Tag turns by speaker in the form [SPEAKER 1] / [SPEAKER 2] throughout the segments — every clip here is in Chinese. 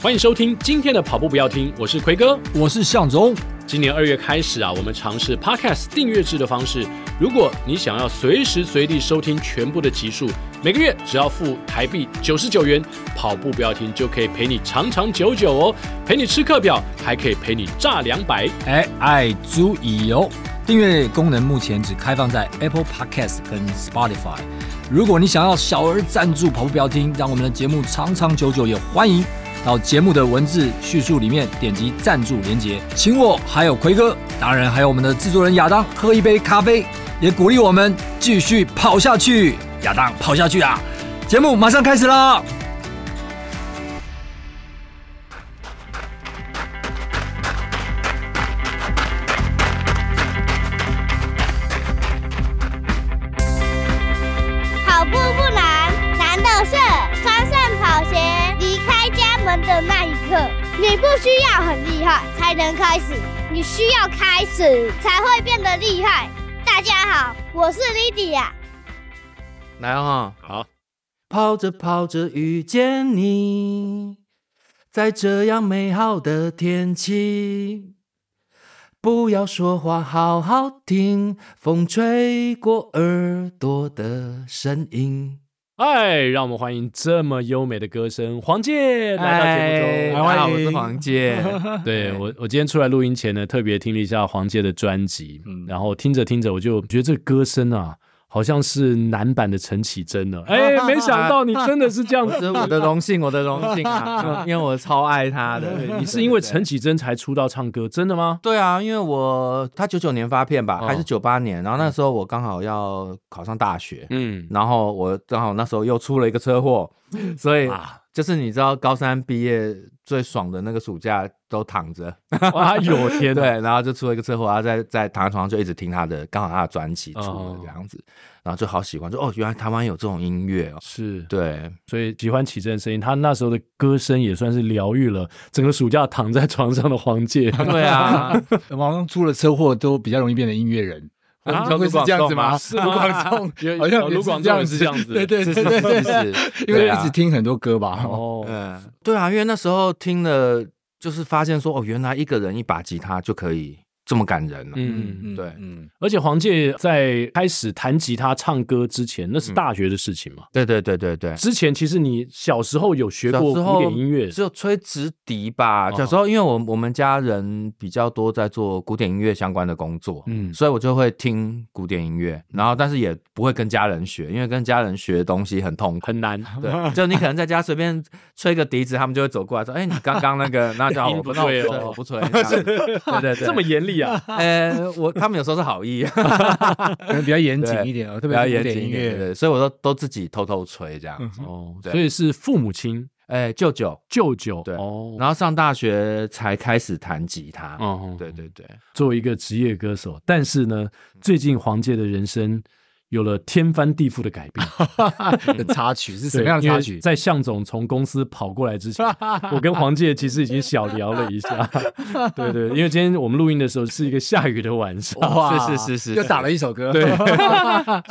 [SPEAKER 1] 欢迎收听今天的跑步不要听，我是奎哥。
[SPEAKER 2] 我是向总，
[SPEAKER 1] 今年二月开始啊，我们尝试 Podcast 订阅制的方式。如果你想要随时随地收听全部的集数，每个月只要付台币九十九元，跑步不要停就可以陪你长长久久哦，陪你吃课表，还可以陪你炸两百。
[SPEAKER 2] 哎，爱足以哦。订阅功能目前只开放在 Apple Podcast 跟 Spotify。如果你想要小额赞助跑步标听，让我们的节目长长久久，也欢迎到节目的文字叙述里面点击赞助连结，请我还有奎哥，当然还有我们的制作人亚当喝一杯咖啡，也鼓励我们继续跑下去。亚当跑下去啊！节目马上开始啦！
[SPEAKER 3] 跑步不难，难的是穿上跑鞋离开家门的那一刻。你不需要很厉害才能开始，你需要开始才会变得厉害。大家好，我是 Lydia。
[SPEAKER 1] 来啊，好，
[SPEAKER 4] 跑着跑着遇见你，在这样美好的天气，不要说话，好好听风吹过耳朵的声音。
[SPEAKER 1] 哎，让我们欢迎这么优美的歌声，黄健来到节目中。
[SPEAKER 4] 嗨大家好，我是黄 健。
[SPEAKER 1] 啊对我，我今天出来录音前呢，特别听了一下黄玠的专辑，
[SPEAKER 4] 嗯
[SPEAKER 1] 然后听着听着，我就觉得这歌声啊，好像是男版的陈绮贞 了。哎，没想到你真的是这样
[SPEAKER 4] 这是
[SPEAKER 1] 子。
[SPEAKER 4] 我的荣幸，我的荣幸 啊！因为我超爱他的。
[SPEAKER 1] 你是因为
[SPEAKER 4] 对对对
[SPEAKER 1] 陈绮贞才出道唱歌，真的吗？
[SPEAKER 4] 对啊，因为我他九九年发片吧，
[SPEAKER 1] 哦
[SPEAKER 4] 还是九八年，然后那时候我刚好要考上大学，
[SPEAKER 1] 嗯，
[SPEAKER 4] 然后我刚好那时候又出了一个车祸，所以
[SPEAKER 1] 啊
[SPEAKER 4] 就是你知道高三毕业最爽的那个暑假都躺着，
[SPEAKER 1] 哇，有哎天
[SPEAKER 4] 对
[SPEAKER 1] 呐，，
[SPEAKER 4] 然后就出了一个车祸，然后在在躺在床上就一直听他的，刚好他的专辑出
[SPEAKER 1] 哦
[SPEAKER 4] 了这样子，然后就好喜欢，就哦，原来台湾有这种音乐哦，
[SPEAKER 1] 是，
[SPEAKER 4] 对，
[SPEAKER 1] 所以喜欢绮贞的声音，她那时候的歌声也算是疗愈了整个暑假躺在床上的黄 玠。
[SPEAKER 4] 对啊，
[SPEAKER 5] 网上出了车祸都比较容易变成音乐人，
[SPEAKER 1] 啊
[SPEAKER 5] 会是这样子吗？
[SPEAKER 1] 是
[SPEAKER 5] 卢
[SPEAKER 1] 吗
[SPEAKER 5] 广仲
[SPEAKER 1] 有
[SPEAKER 5] 好像也
[SPEAKER 1] 卢
[SPEAKER 5] 是
[SPEAKER 1] 广
[SPEAKER 5] 这
[SPEAKER 1] 仲
[SPEAKER 5] 样
[SPEAKER 1] 也
[SPEAKER 5] 子，
[SPEAKER 1] 是这样子
[SPEAKER 5] 对对
[SPEAKER 4] 是
[SPEAKER 5] 对对
[SPEAKER 4] 是
[SPEAKER 5] 对
[SPEAKER 4] 是
[SPEAKER 5] 对，
[SPEAKER 4] 是，
[SPEAKER 5] 因为
[SPEAKER 4] 对啊
[SPEAKER 5] 一直听很多歌吧，
[SPEAKER 1] 哦，
[SPEAKER 4] 嗯，对啊，因为那时候听了，就是发现说，哦，原来一个人一把吉他就可以这么感人了、
[SPEAKER 1] 嗯。
[SPEAKER 5] 嗯
[SPEAKER 4] 对
[SPEAKER 5] 嗯，
[SPEAKER 1] 而且黄玠在开始弹吉他、唱歌之前，那是大学的事情嘛。
[SPEAKER 4] 对对对对对。
[SPEAKER 1] 之前其实你小时候有学过古典音乐
[SPEAKER 4] 只有吹直笛吧。
[SPEAKER 1] 哦
[SPEAKER 4] 小时候，因为我我们家人比较多在做古典音乐相关的工作，
[SPEAKER 1] 嗯
[SPEAKER 4] 所以我就会听古典音乐，然后但是也不会跟家人学，因为跟家人学东西很痛 苦。
[SPEAKER 1] 很难，
[SPEAKER 4] 对，就你可能在家随便吹个笛子，他们就会走过来说：“哎、你刚刚那个，那 就好，
[SPEAKER 1] 音
[SPEAKER 4] 我不
[SPEAKER 1] 不对
[SPEAKER 4] 那
[SPEAKER 1] 哦
[SPEAKER 4] 我不吹，我不吹。这样”对对对，
[SPEAKER 1] 这么严厉 啊！
[SPEAKER 4] 呃，我他们有时候是 好意，
[SPEAKER 5] 可能比较严谨
[SPEAKER 4] 对
[SPEAKER 5] 一点哦，特
[SPEAKER 4] 比
[SPEAKER 5] 别
[SPEAKER 4] 较
[SPEAKER 5] 是古
[SPEAKER 4] 严
[SPEAKER 5] 典
[SPEAKER 4] 谨
[SPEAKER 5] 音
[SPEAKER 4] 一点，对
[SPEAKER 5] 乐，
[SPEAKER 4] 对所以我都都自己偷偷吹这样子。
[SPEAKER 1] 哦，
[SPEAKER 4] 对
[SPEAKER 1] 所以是父母亲、
[SPEAKER 4] 哎，舅舅，
[SPEAKER 1] 舅舅，
[SPEAKER 4] 对
[SPEAKER 1] 哦，
[SPEAKER 4] 然后上大学才开始弹吉他。
[SPEAKER 1] 哦，
[SPEAKER 4] 对对对，
[SPEAKER 1] 作为一个职业歌手，但是呢，最近黄玠的人生有了天翻地覆的改变。
[SPEAKER 5] 的插曲是什
[SPEAKER 1] 对
[SPEAKER 5] 么样的
[SPEAKER 1] 因
[SPEAKER 5] 插
[SPEAKER 1] 为
[SPEAKER 5] 曲？
[SPEAKER 1] 在向总从公司跑过来之前，我跟黄玠其实已经小聊了一下。对对，因为今天我们录音的时候是一个下雨的晚上，
[SPEAKER 4] 哦是是是是
[SPEAKER 5] 又打了一首歌，
[SPEAKER 1] 对，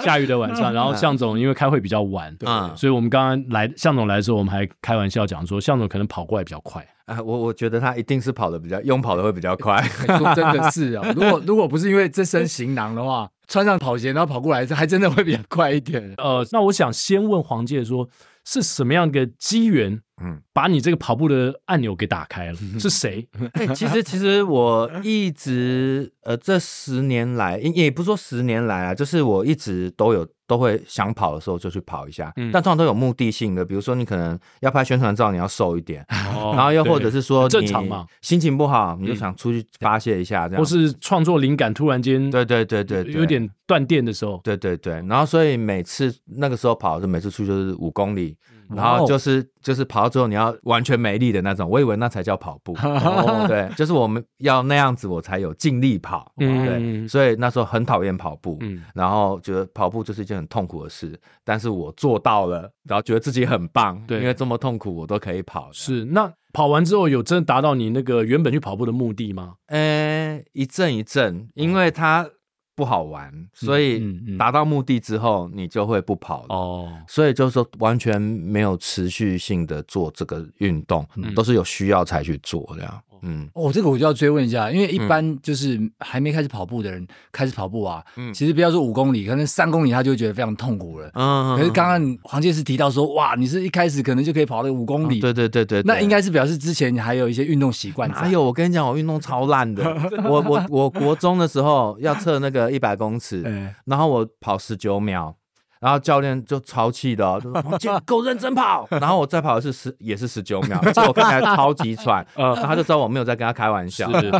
[SPEAKER 1] 下雨的晚上，然后向总因为开会比较晚，
[SPEAKER 4] 嗯
[SPEAKER 1] 所以我们刚刚来向总来的时候，我们还开玩笑讲说，向总可能跑过来比较快。
[SPEAKER 4] 啊，我我觉得他一定是跑得比较，用跑的会比较快。
[SPEAKER 5] 说真的是哦，如果如果不是因为这身行囊的话，穿上跑鞋然后跑过来，还真的会比较快一点。
[SPEAKER 1] 呃，那我想先问黄介说，是什么样的机缘，嗯
[SPEAKER 4] 嗯，
[SPEAKER 1] 把你这个跑步的按钮给打开了？是 谁？
[SPEAKER 4] 哎、其实其实我一直呃，这十年来，也也不是说十年来啊，就是我一直都有都会想跑的时候就去跑一下，
[SPEAKER 1] 嗯
[SPEAKER 4] 但通常都有目的性的，比如说你可能要拍宣传照，你要瘦一点，
[SPEAKER 1] 哦
[SPEAKER 4] 然后又或者是说
[SPEAKER 1] 很正
[SPEAKER 4] 你
[SPEAKER 1] 常嘛，
[SPEAKER 4] 心情不好，你就想出去发泄一下，
[SPEAKER 1] 对
[SPEAKER 4] 这样。
[SPEAKER 1] 或是创作灵感突然间
[SPEAKER 4] 对对对对对，
[SPEAKER 1] 有点断电的时候，
[SPEAKER 4] 对对对，然后所以每次那个时候跑，就每次出去就是五公里，然
[SPEAKER 1] 哇哦
[SPEAKER 4] 后就是就是跑到最后你要完全没力的那种，我以为那才叫跑步。哦，对，就是我们要那样子我才有尽力跑。
[SPEAKER 1] 嗯
[SPEAKER 4] 对，所以那时候很讨厌跑步，
[SPEAKER 1] 嗯，
[SPEAKER 4] 然后觉得跑步就是一件很痛苦的事，但是我做到了，然后觉得自己很棒，
[SPEAKER 1] 对
[SPEAKER 4] 因为这么痛苦我都可以跑。，
[SPEAKER 1] 是。那跑完之后有真的达到你那个原本去跑步的目的吗？嗯
[SPEAKER 4] 呃，一阵一阵，因为它。不好玩，所以
[SPEAKER 6] 嗯嗯
[SPEAKER 4] 达到目的之后，你就会不跑了。
[SPEAKER 1] 哦，
[SPEAKER 4] 所以就是说，完全没有持续性的做这个运动，
[SPEAKER 1] 嗯
[SPEAKER 4] 都是有需要才去做这样。嗯，
[SPEAKER 6] 哦，这个我就要追问一下，因为一般就是还没开始跑步的人开始跑步啊，
[SPEAKER 4] 嗯
[SPEAKER 6] 其实不要说五公里，可能三公里他就会觉得非常痛苦了。
[SPEAKER 4] 嗯
[SPEAKER 6] 哦可是刚刚黄介士提到说，哇，你是一开始可能就可以跑到五公里，
[SPEAKER 4] 嗯哦对对对对，对
[SPEAKER 6] 那应该是表示之前你还有一些运动习惯。
[SPEAKER 4] 哪有？？我跟你讲，我运动超 烂的。我我我国中的时候要测那个一百公尺，
[SPEAKER 6] 嗯，
[SPEAKER 4] 然后我跑十九秒，然后教练就超气的、哦，就 说王健够认真跑。然后我再跑的是十也是十九秒，而且我看起来超级 喘，然后他就知道我没有在跟他开玩笑。
[SPEAKER 1] 是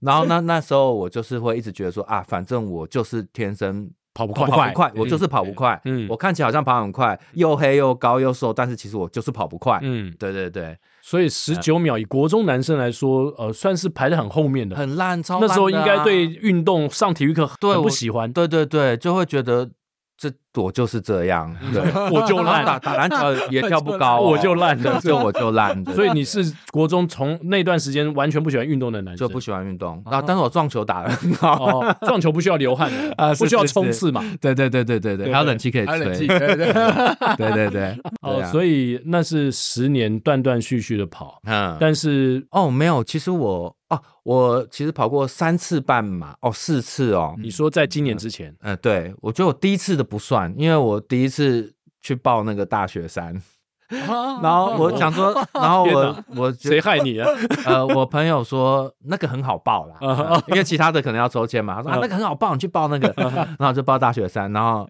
[SPEAKER 4] 然后那那时候我就是会一直觉得说啊，反正我就是天生。
[SPEAKER 1] 跑不
[SPEAKER 4] 跑
[SPEAKER 1] 快，
[SPEAKER 4] 不快，我就是跑不快。
[SPEAKER 1] 嗯
[SPEAKER 4] 嗯，我看起来好像跑很快，又黑又高又瘦，但是其实我就是跑不快。
[SPEAKER 1] 嗯，
[SPEAKER 4] 对对对，
[SPEAKER 1] 所以十
[SPEAKER 4] 嗯
[SPEAKER 1] 九秒以国中男生来说，呃，算是排在很后面的。
[SPEAKER 4] 很烂，超
[SPEAKER 1] 那时候
[SPEAKER 4] 烂
[SPEAKER 1] 应
[SPEAKER 4] 的啊
[SPEAKER 1] 该对运动上体育课
[SPEAKER 4] 对
[SPEAKER 1] 很不
[SPEAKER 4] 我
[SPEAKER 1] 喜欢，
[SPEAKER 4] 对对对，就会觉得这我就是这样，对，
[SPEAKER 1] 我嗯就
[SPEAKER 4] 然后打
[SPEAKER 1] 烂，
[SPEAKER 4] 打篮球也跳不高哦、
[SPEAKER 1] 我就烂
[SPEAKER 4] 对， 就我就烂，对
[SPEAKER 1] 所以你是国中从那段时间完全不喜欢运动的男生，
[SPEAKER 4] 就不喜欢运动。然后，但是我撞球打得很好，
[SPEAKER 1] 嗯哦，撞球不需要流汗的
[SPEAKER 4] 啊是
[SPEAKER 1] 不需要
[SPEAKER 4] 是是
[SPEAKER 1] 冲刺嘛。
[SPEAKER 4] 对对对对对对，还有冷气可以
[SPEAKER 2] 还有冷气，，
[SPEAKER 4] 吹
[SPEAKER 2] 对对对
[SPEAKER 4] 对 对对，啊
[SPEAKER 1] 哦，
[SPEAKER 4] 以
[SPEAKER 1] 所以那是十年断断续续的跑，
[SPEAKER 4] 嗯，
[SPEAKER 1] 但是
[SPEAKER 4] 哦，没有，其实我哦，我其实跑过三次半马，哦，四次哦，
[SPEAKER 1] 你说在今年之前，
[SPEAKER 4] 嗯、对我觉得我第一次的不算，因为我第一次去报那个大雪山，然后我想说，然后我我觉
[SPEAKER 1] 谁害你啊？
[SPEAKER 4] 呃，我朋友说那个很好报啦，
[SPEAKER 1] 啊
[SPEAKER 4] 因为其他的可能要抽签嘛。他说、啊、那个很好报，你去报那个，然后就报大雪山，然后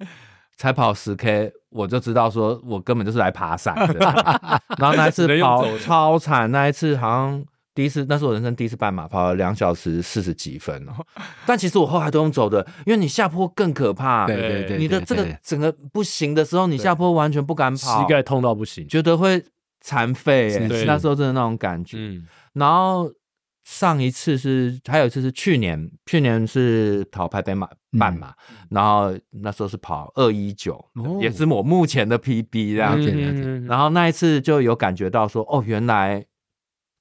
[SPEAKER 4] 才跑十 K，我就知道说我根本就是来爬山的。然后那一次
[SPEAKER 1] 人用
[SPEAKER 4] 跑
[SPEAKER 1] 走的
[SPEAKER 4] 超惨，那一次好像。第一次，那是我人生第一次半马，跑了两小时四十几分哦。但其实我后来都用走的，因为你下坡更可怕。
[SPEAKER 2] 对对对，
[SPEAKER 4] 你的
[SPEAKER 2] 对
[SPEAKER 4] 这个
[SPEAKER 2] 对
[SPEAKER 4] 整个不行的时候，你下坡完全不敢
[SPEAKER 1] 膝
[SPEAKER 4] 跑，
[SPEAKER 1] 盖痛到不行。
[SPEAKER 4] 觉得会残废、欸。
[SPEAKER 1] 是
[SPEAKER 4] 那时候真的那种感觉。
[SPEAKER 1] 嗯，
[SPEAKER 4] 然后上一次是，还有一次是去年，去年是跑台北马半
[SPEAKER 1] 嗯
[SPEAKER 4] 马，然后那时候是跑二一九，也是我目前的 PB 这样子。
[SPEAKER 2] 了解
[SPEAKER 1] 哦嗯
[SPEAKER 4] 然后那一次就有感觉到说，哦，原来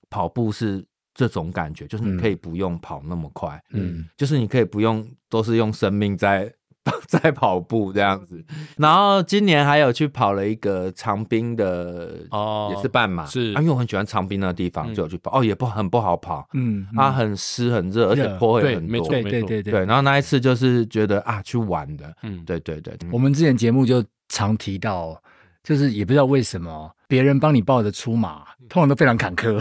[SPEAKER 4] 跑步是这种感觉，就是你可以不用跑那么快，
[SPEAKER 1] 嗯
[SPEAKER 4] 就是你可以不用都是用生命在 在跑步这样子。然后今年还有去跑了一个长滨的，
[SPEAKER 1] 哦
[SPEAKER 4] 也是半马，
[SPEAKER 1] 是
[SPEAKER 4] 啊因为我很喜欢长滨那个地方，
[SPEAKER 1] 嗯
[SPEAKER 4] 就有去跑。哦，也不很不好跑，
[SPEAKER 2] 嗯
[SPEAKER 4] 啊，很湿很热，而且
[SPEAKER 2] 热
[SPEAKER 4] 坡也
[SPEAKER 1] 对，
[SPEAKER 4] 很
[SPEAKER 1] 没
[SPEAKER 4] 多
[SPEAKER 1] 错，。
[SPEAKER 2] 对
[SPEAKER 1] 没
[SPEAKER 2] 对
[SPEAKER 1] 错
[SPEAKER 2] 对，
[SPEAKER 4] 对，然后那一次就是觉得啊，去玩的，
[SPEAKER 1] 嗯，
[SPEAKER 4] 对对对，
[SPEAKER 2] 我们之前节目就常提到，就是也不知道为什么别人帮你报的出马，
[SPEAKER 1] 嗯
[SPEAKER 2] 通常都非常坎坷。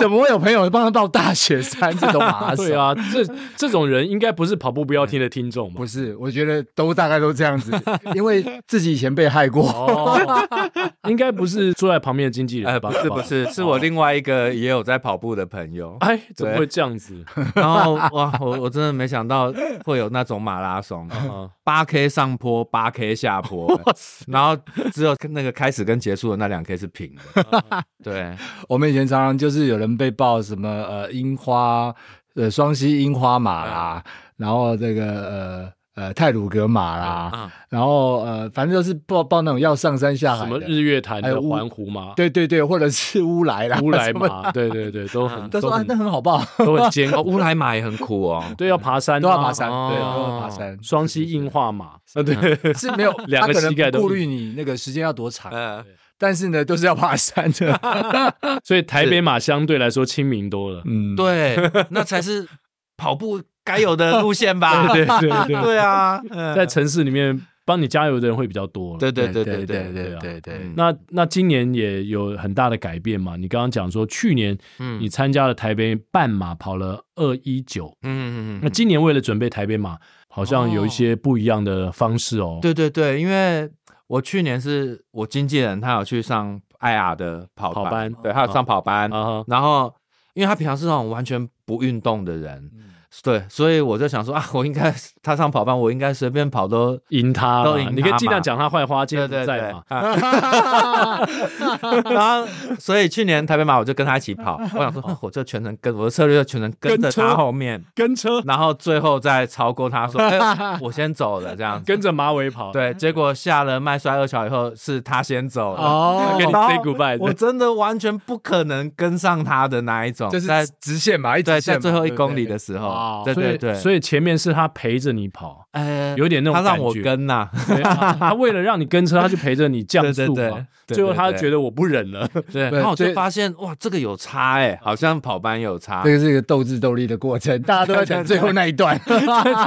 [SPEAKER 2] 怎么会有朋友帮他报大雪山这种马 手？
[SPEAKER 1] 对，啊，这这种人应该不是跑步不要听的听众吧
[SPEAKER 2] 不？是，我觉得都大概都这样子，因为自己以前被害过。
[SPEAKER 1] 哦，应该不是坐在旁边的经纪人
[SPEAKER 4] 哎，
[SPEAKER 1] 吧？，
[SPEAKER 4] 不是不是，是我另外一个也有在跑步的朋友
[SPEAKER 1] 哎，怎么
[SPEAKER 4] 对
[SPEAKER 1] 会这样子？
[SPEAKER 4] 然后哇，我我真的没想到会有那种马拉松，哦
[SPEAKER 1] 啊，
[SPEAKER 4] 八 K 上坡，八 K 下 坡，然后只有那个开始跟结束的那两 K 是平的， 对，
[SPEAKER 2] 我们以前常常就是有人被报什么呃樱花，呃双溪樱花马
[SPEAKER 1] 啊
[SPEAKER 2] 啦，然后这个呃呃泰鲁格马
[SPEAKER 1] 啊
[SPEAKER 4] 啊
[SPEAKER 2] 啦，然后呃反正就是报报那种要上山下
[SPEAKER 1] 什
[SPEAKER 2] 海的
[SPEAKER 1] 么日月潭
[SPEAKER 2] 还
[SPEAKER 1] 的
[SPEAKER 2] 有乌
[SPEAKER 1] 环湖 嘛，
[SPEAKER 2] 对对对，或者是乌来啦，
[SPEAKER 1] 乌来
[SPEAKER 2] 哎什么
[SPEAKER 1] 嘛，对对对，都很
[SPEAKER 2] 他
[SPEAKER 1] 都
[SPEAKER 2] 说啊
[SPEAKER 1] 很，
[SPEAKER 2] 那很好报，
[SPEAKER 1] 都很艰
[SPEAKER 4] 哦，
[SPEAKER 1] 苦，
[SPEAKER 4] 乌来马也很苦哦，
[SPEAKER 1] 对，要爬山啊，
[SPEAKER 2] 都要爬山，
[SPEAKER 4] 哦
[SPEAKER 2] 对，都要爬山，
[SPEAKER 1] 双膝硬化嘛，啊对，
[SPEAKER 2] 是没有
[SPEAKER 1] 两个
[SPEAKER 2] 他可能
[SPEAKER 1] 膝盖都
[SPEAKER 2] 不顾虑你那个时间要多长，
[SPEAKER 4] 嗯，
[SPEAKER 2] 但是呢，都是要爬山 的，
[SPEAKER 1] 所以台北马相对来说亲民多了。
[SPEAKER 2] 嗯，
[SPEAKER 4] 对，那才是跑步该有的路线吧，
[SPEAKER 1] 对对对对，
[SPEAKER 4] 对啊，
[SPEAKER 1] 在城市里面帮你加油的人会比较多了。
[SPEAKER 4] 对对对
[SPEAKER 2] 对
[SPEAKER 4] 对对，
[SPEAKER 2] 对
[SPEAKER 1] 啊
[SPEAKER 2] 对对
[SPEAKER 4] 嗯
[SPEAKER 1] 那那今年也有很大的改变嘛？你刚刚讲说去年
[SPEAKER 4] 嗯
[SPEAKER 1] 你参加了台北半马，跑了二一九，
[SPEAKER 4] 嗯嗯
[SPEAKER 1] 那今年为了准备台北马，好像有一些不一样的方式哦。
[SPEAKER 4] 对对对，因为我去年是我经纪人，他有去上 IR 的跑
[SPEAKER 1] 跑班
[SPEAKER 4] 对，他有上跑班，
[SPEAKER 1] 啊哈，
[SPEAKER 4] 然后因为他平常是那种完全不运动的人，
[SPEAKER 1] 嗯
[SPEAKER 4] 对，所以我就想说啊，我应该他上跑班，我应该随便跑都。
[SPEAKER 1] 赢他
[SPEAKER 4] 都
[SPEAKER 1] 啦
[SPEAKER 4] 赢他
[SPEAKER 1] 你可以尽量
[SPEAKER 4] 嘛
[SPEAKER 1] 讲他坏话，今天不
[SPEAKER 4] 对对对，
[SPEAKER 1] 在嘛
[SPEAKER 4] 啊。 然后，所以去年台北马我就跟他一起跑，我想说，那我就全程跟我的策略就全程跟着
[SPEAKER 1] 跟车
[SPEAKER 4] 他后面，
[SPEAKER 1] 跟车
[SPEAKER 4] 然后最后再超过他说，哎，我先走了这 样子。
[SPEAKER 1] 跟着马尾跑，，
[SPEAKER 4] 对，结果下了麦摔二桥以后，是他先走了。
[SPEAKER 2] 哦
[SPEAKER 1] 跟你
[SPEAKER 4] 然后
[SPEAKER 1] say goodbye
[SPEAKER 4] 我
[SPEAKER 1] 的
[SPEAKER 4] 真的完全不可能跟上他的那一种，
[SPEAKER 2] 就是
[SPEAKER 4] 在
[SPEAKER 2] 直线嘛，一
[SPEAKER 4] 对
[SPEAKER 2] 直
[SPEAKER 4] 在
[SPEAKER 2] 线
[SPEAKER 4] 最后一公里
[SPEAKER 2] 的。
[SPEAKER 4] 的时候，
[SPEAKER 2] 跑，
[SPEAKER 4] 对
[SPEAKER 1] 所以
[SPEAKER 4] 对对，
[SPEAKER 1] 所
[SPEAKER 4] 以
[SPEAKER 1] 以前面是他陪着你跑，
[SPEAKER 4] 呃
[SPEAKER 1] 有点那种
[SPEAKER 4] 他让
[SPEAKER 1] 感
[SPEAKER 4] 我
[SPEAKER 1] 觉
[SPEAKER 4] 跟呐，
[SPEAKER 1] 对他他为了让你跟车，他就陪着你降
[SPEAKER 4] 对对
[SPEAKER 1] 速
[SPEAKER 4] 对
[SPEAKER 1] 嘛。，
[SPEAKER 4] 对
[SPEAKER 1] 最后他
[SPEAKER 4] 对
[SPEAKER 1] 觉得我不忍了，
[SPEAKER 2] 对
[SPEAKER 4] 对，然后我就
[SPEAKER 2] 最
[SPEAKER 4] 发现哇，这个有差哎，好像跑班有差
[SPEAKER 2] 这，个是一个斗智斗力的过程，大家都在 等最后那一段。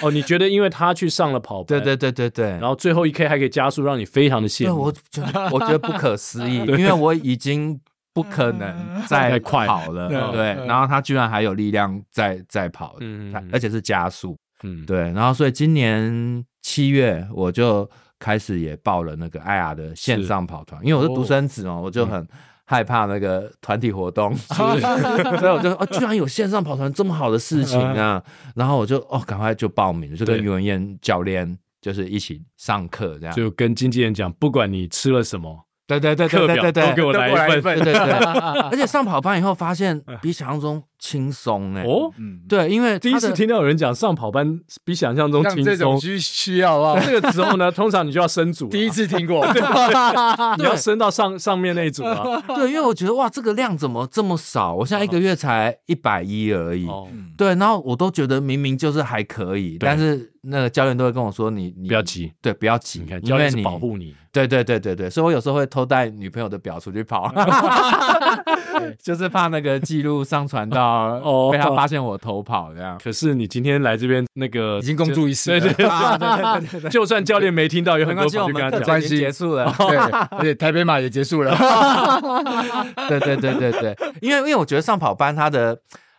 [SPEAKER 1] 哦，你觉得因为他去上了跑
[SPEAKER 4] 对
[SPEAKER 1] 班，
[SPEAKER 4] 对对对对
[SPEAKER 1] 然。后最后一 K 还可以加速，让你非常的羡
[SPEAKER 4] 对，
[SPEAKER 1] 慕
[SPEAKER 4] 我。觉得我觉得不可思议，
[SPEAKER 1] 对
[SPEAKER 4] 因为我已经不可能
[SPEAKER 1] 再
[SPEAKER 4] 再
[SPEAKER 1] 快
[SPEAKER 4] 跑了，
[SPEAKER 1] 嗯
[SPEAKER 4] 嗯对。然后他居然还有力量再再跑，
[SPEAKER 1] 嗯
[SPEAKER 4] 嗯
[SPEAKER 1] 嗯嗯，
[SPEAKER 4] 而且是加速，
[SPEAKER 1] 嗯，
[SPEAKER 4] 对。然后所以今年七月我就开始也报了那个艾雅的线上跑团，因为我是独生子哦，我
[SPEAKER 1] 嗯
[SPEAKER 4] 就很。害怕那个团体活 动，所以我就哦，居然有线上跑团这么好的事情啊！然后我就哦，赶快就报名，就跟
[SPEAKER 1] 对
[SPEAKER 4] 于文燕教练就是一起上课这样。
[SPEAKER 1] 就跟经纪人讲，不管你吃了什么，
[SPEAKER 4] 对对对对对对
[SPEAKER 1] 课表
[SPEAKER 4] 对，
[SPEAKER 1] 都给我来一份哎
[SPEAKER 4] 对对对， 而且上跑班以后发现比想象中轻松哎。
[SPEAKER 1] 哦，
[SPEAKER 2] 嗯，
[SPEAKER 4] 对，因为
[SPEAKER 1] 第一
[SPEAKER 4] 它的
[SPEAKER 1] 次听到有人讲上跑班比想象中
[SPEAKER 2] 像
[SPEAKER 1] 轻
[SPEAKER 2] 这
[SPEAKER 1] 松。
[SPEAKER 2] 种
[SPEAKER 1] 哦
[SPEAKER 2] 需需要啊好不好？
[SPEAKER 1] 这个时候呢，通常你就要升组了，
[SPEAKER 2] 第一次听 过，
[SPEAKER 1] 你要升到上上面那一组啊。
[SPEAKER 4] 对，因为我觉得哇，这个量怎么这么少？我现在一个月才一百一而已。
[SPEAKER 1] 哦，
[SPEAKER 4] 对，嗯然后我都觉得明明就是还可以，但是那个教练都会跟我说你你
[SPEAKER 1] 不要，急，
[SPEAKER 4] 对，不要急，
[SPEAKER 1] 你看
[SPEAKER 4] 因
[SPEAKER 1] 教练
[SPEAKER 4] 为
[SPEAKER 1] 是
[SPEAKER 4] 你
[SPEAKER 1] 保。护你，
[SPEAKER 4] 对对对对对，所以我有时候会偷带女朋友的表出去跑， 就是怕那个记录上传到
[SPEAKER 1] 哦
[SPEAKER 4] 被他发现我偷跑这样。
[SPEAKER 1] 可是你今天来这边那个
[SPEAKER 2] 已经公诸于世了。
[SPEAKER 1] 对对
[SPEAKER 2] 对对对
[SPEAKER 1] 就算教练没听到，有很
[SPEAKER 4] 没
[SPEAKER 1] 多
[SPEAKER 4] 关系，
[SPEAKER 1] 跑
[SPEAKER 4] 我
[SPEAKER 1] 去跟
[SPEAKER 4] 们
[SPEAKER 1] 他
[SPEAKER 4] 课
[SPEAKER 1] 讲
[SPEAKER 4] 程已经结束了。
[SPEAKER 2] 对，而且台北马也结束了。
[SPEAKER 4] 对对对对对，因为因为我觉得上跑班它的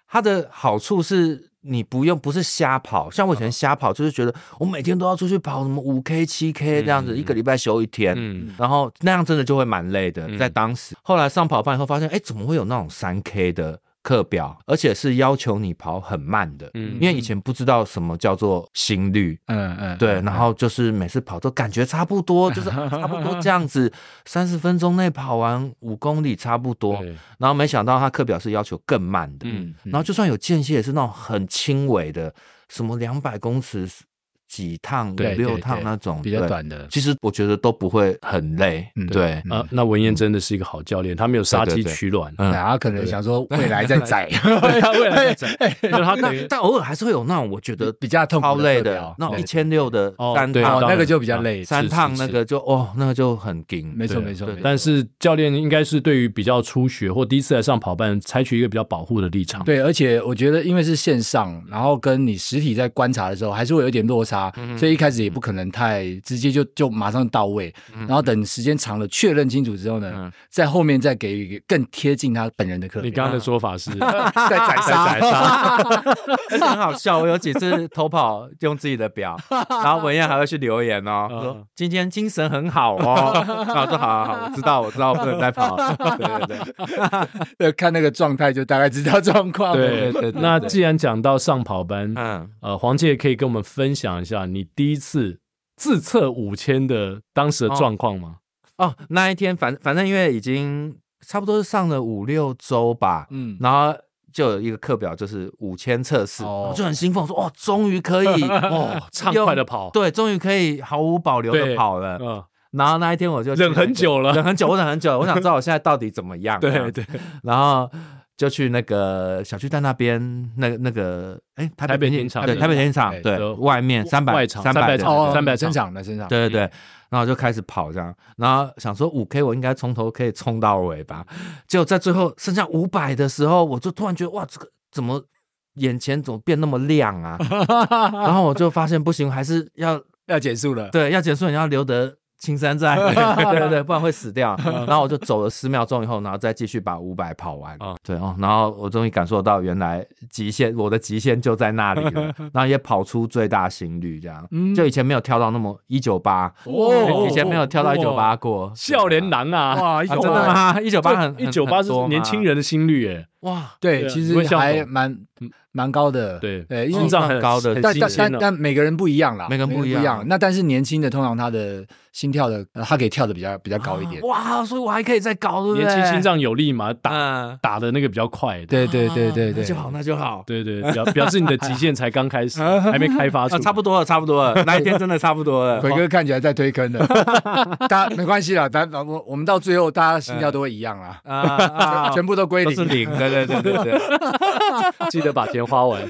[SPEAKER 4] 它的好处是。你不用不是瞎跑，像
[SPEAKER 1] 嗯
[SPEAKER 4] 我以前瞎跑，就是觉得我每天都要出去跑什么五 K、七 K 这样子，
[SPEAKER 1] 嗯
[SPEAKER 4] 一个礼拜休一天，
[SPEAKER 1] 嗯
[SPEAKER 4] 然后那样真的就会蛮累的。
[SPEAKER 1] 嗯
[SPEAKER 4] 在当时，后来上跑班以后发现，哎，怎么会有那种三 K 的课表，而且是要求你跑很慢的？
[SPEAKER 1] 嗯
[SPEAKER 4] 因为以前不知道什么叫做心率，
[SPEAKER 2] 嗯嗯，
[SPEAKER 4] 对，然后就是每次跑都感觉差不多，就是差不多这样子，三十分钟内跑完五公里差不 多。
[SPEAKER 1] 对
[SPEAKER 4] 然后没想到他课表是要求更慢的，
[SPEAKER 1] 嗯
[SPEAKER 4] 然后就算有间歇也是那种很轻微的，什么两百公尺几趟、五
[SPEAKER 2] 对对
[SPEAKER 4] 六趟
[SPEAKER 2] 对
[SPEAKER 4] 那种，
[SPEAKER 2] 比较
[SPEAKER 4] 对。
[SPEAKER 2] 短的。
[SPEAKER 4] 其实我觉得都不会很累，
[SPEAKER 2] 嗯
[SPEAKER 4] 对
[SPEAKER 2] 嗯
[SPEAKER 1] 啊，那文燕真的是一个好教练，他没有杀鸡
[SPEAKER 4] 对对对
[SPEAKER 1] 取卵，
[SPEAKER 4] 嗯
[SPEAKER 2] 然后可能想说未来再 宰，
[SPEAKER 1] 对啊，未来 在整因为他等于
[SPEAKER 4] 那但偶尔还是会有那种我觉得
[SPEAKER 2] 比较痛苦
[SPEAKER 4] 超累
[SPEAKER 2] 的课
[SPEAKER 4] 的
[SPEAKER 2] 表，
[SPEAKER 4] 那种
[SPEAKER 2] 对
[SPEAKER 4] 一千六的
[SPEAKER 1] 哦
[SPEAKER 4] 三
[SPEAKER 1] 对
[SPEAKER 4] 趟，啊
[SPEAKER 1] 当
[SPEAKER 2] 哦，
[SPEAKER 1] 然
[SPEAKER 2] 那个就比较累。
[SPEAKER 4] 三趟
[SPEAKER 1] 是
[SPEAKER 4] 那个就哦，那个就很紧，
[SPEAKER 2] 没错
[SPEAKER 1] 对
[SPEAKER 2] 没错
[SPEAKER 4] 对，
[SPEAKER 1] 但是教练应该是对于比较初学或第一次来上跑班，采取一个比较保护的立场。
[SPEAKER 2] 对，而且我觉得因为是线上，然后跟你实体在观察的时候，还是会有一点落差，所以一开始也不可能太直接就就马上到位，然后等时间长了确认清楚之后呢，
[SPEAKER 4] 嗯
[SPEAKER 2] 在后面再给予一个更贴近他本人的课
[SPEAKER 1] 你
[SPEAKER 2] 表，
[SPEAKER 1] 刚刚的说法 是，
[SPEAKER 2] 再宰杀。
[SPEAKER 4] 而且很好笑，哦我有几次偷跑用自己的 表，然后文燕还会去留言哦，
[SPEAKER 1] 嗯
[SPEAKER 4] 说今天精神很好 哦。然后我说好好好，我知道我知道我不能再跑了。对对对，
[SPEAKER 2] 呃，看那个状态就大概知道状况。
[SPEAKER 1] 对
[SPEAKER 4] 对对对
[SPEAKER 1] 那既然讲到上跑班，
[SPEAKER 4] 嗯，
[SPEAKER 1] 呃，黄姐可以跟我们分享一下你第一次自测五千的当时的状况吗？
[SPEAKER 4] 哦，那一天反反正因为已经差不多是上了五六周吧，
[SPEAKER 2] 嗯，
[SPEAKER 4] 然后。就有一个课表，就是五千测试，
[SPEAKER 2] 哦
[SPEAKER 4] 我就很兴奋，我说哇，终于可以 哦，
[SPEAKER 1] 畅快的跑，
[SPEAKER 4] 对，终于可以毫无保留
[SPEAKER 1] 对
[SPEAKER 4] 的跑了。
[SPEAKER 1] 嗯，
[SPEAKER 4] 然后那一天我就去
[SPEAKER 1] 忍很久了
[SPEAKER 4] 忍很久，我忍很久，我想知道我现在到底怎么 样。这
[SPEAKER 1] 对
[SPEAKER 4] 样
[SPEAKER 1] 对，
[SPEAKER 4] 然后就去那个小巨蛋那边，那那个哎，台
[SPEAKER 1] 台北田
[SPEAKER 4] 田
[SPEAKER 1] 场
[SPEAKER 4] 对，台北田径场
[SPEAKER 2] 对，
[SPEAKER 4] 对
[SPEAKER 1] 就，
[SPEAKER 4] 外面三百
[SPEAKER 1] 外场
[SPEAKER 4] 三
[SPEAKER 1] 300
[SPEAKER 4] 百
[SPEAKER 1] 场
[SPEAKER 2] 哦，
[SPEAKER 1] 300场
[SPEAKER 2] 正常的正常。
[SPEAKER 4] 对对对，然后就开始跑这样，然后想说五 K 我应该从头可以冲到尾吧，结果在最后剩下五百的时候，我就突然觉得哇，这个怎么眼前怎么变那么亮啊？然后我就发现不行，还是要
[SPEAKER 2] 要结束了。
[SPEAKER 4] 对，要结束你要留得青 山在，对对对，不然会死掉。然后我就走了十秒钟以后，然后再继续把五百跑完。
[SPEAKER 1] 啊
[SPEAKER 4] 对哦，然后我终于感受到原来极限，我的极限就在那里 了。然后也跑出最大心率，这样，就以前没有跳到那么一九八，
[SPEAKER 1] 嗯哦
[SPEAKER 4] 以前没有跳到一九八
[SPEAKER 1] 哇
[SPEAKER 4] 过。
[SPEAKER 1] 笑脸男啊，
[SPEAKER 2] 哇
[SPEAKER 4] 啊，
[SPEAKER 2] 198
[SPEAKER 4] 真的吗？一九八很
[SPEAKER 1] 一九八是年轻，人的心率耶，
[SPEAKER 4] 很很多吗
[SPEAKER 1] 对
[SPEAKER 2] 对，
[SPEAKER 1] 啊
[SPEAKER 2] 其
[SPEAKER 1] 你会
[SPEAKER 2] 实
[SPEAKER 1] 向
[SPEAKER 2] 还
[SPEAKER 1] 左
[SPEAKER 2] 蛮蛮高的。
[SPEAKER 1] 对哦
[SPEAKER 2] 对，因为
[SPEAKER 1] 心脏很
[SPEAKER 4] 很嗯高的
[SPEAKER 1] 很
[SPEAKER 2] 但
[SPEAKER 1] 新
[SPEAKER 2] 但
[SPEAKER 1] 鲜哦
[SPEAKER 2] 但
[SPEAKER 1] 的
[SPEAKER 2] 但每个人不一样啦，
[SPEAKER 4] 每个人不一样
[SPEAKER 2] 那但是年轻的通常他的心跳的，呃他可以跳的比较比较高一点。
[SPEAKER 4] 哇，所以我还可以再高，对不对？
[SPEAKER 1] 年轻心脏有力嘛，打
[SPEAKER 4] 嗯，
[SPEAKER 1] 打的那个比较快，
[SPEAKER 2] 对对对对
[SPEAKER 4] 那
[SPEAKER 2] 对
[SPEAKER 4] 就，好，那就好。
[SPEAKER 1] 对对，表表示你的极限才刚开始，还没开发出
[SPEAKER 4] 啊，
[SPEAKER 1] 来，
[SPEAKER 4] 差不多了，差不多了，那一天真的差 不多了。
[SPEAKER 2] 奎哥看起来在推坑 的，大家没关系啦，咱我我们到最后大家心跳都会一样啦，
[SPEAKER 4] 啊啊，
[SPEAKER 2] 全部都归
[SPEAKER 4] 都
[SPEAKER 2] 零
[SPEAKER 4] 是。零，对对对对对对，
[SPEAKER 1] 记得把钱花完。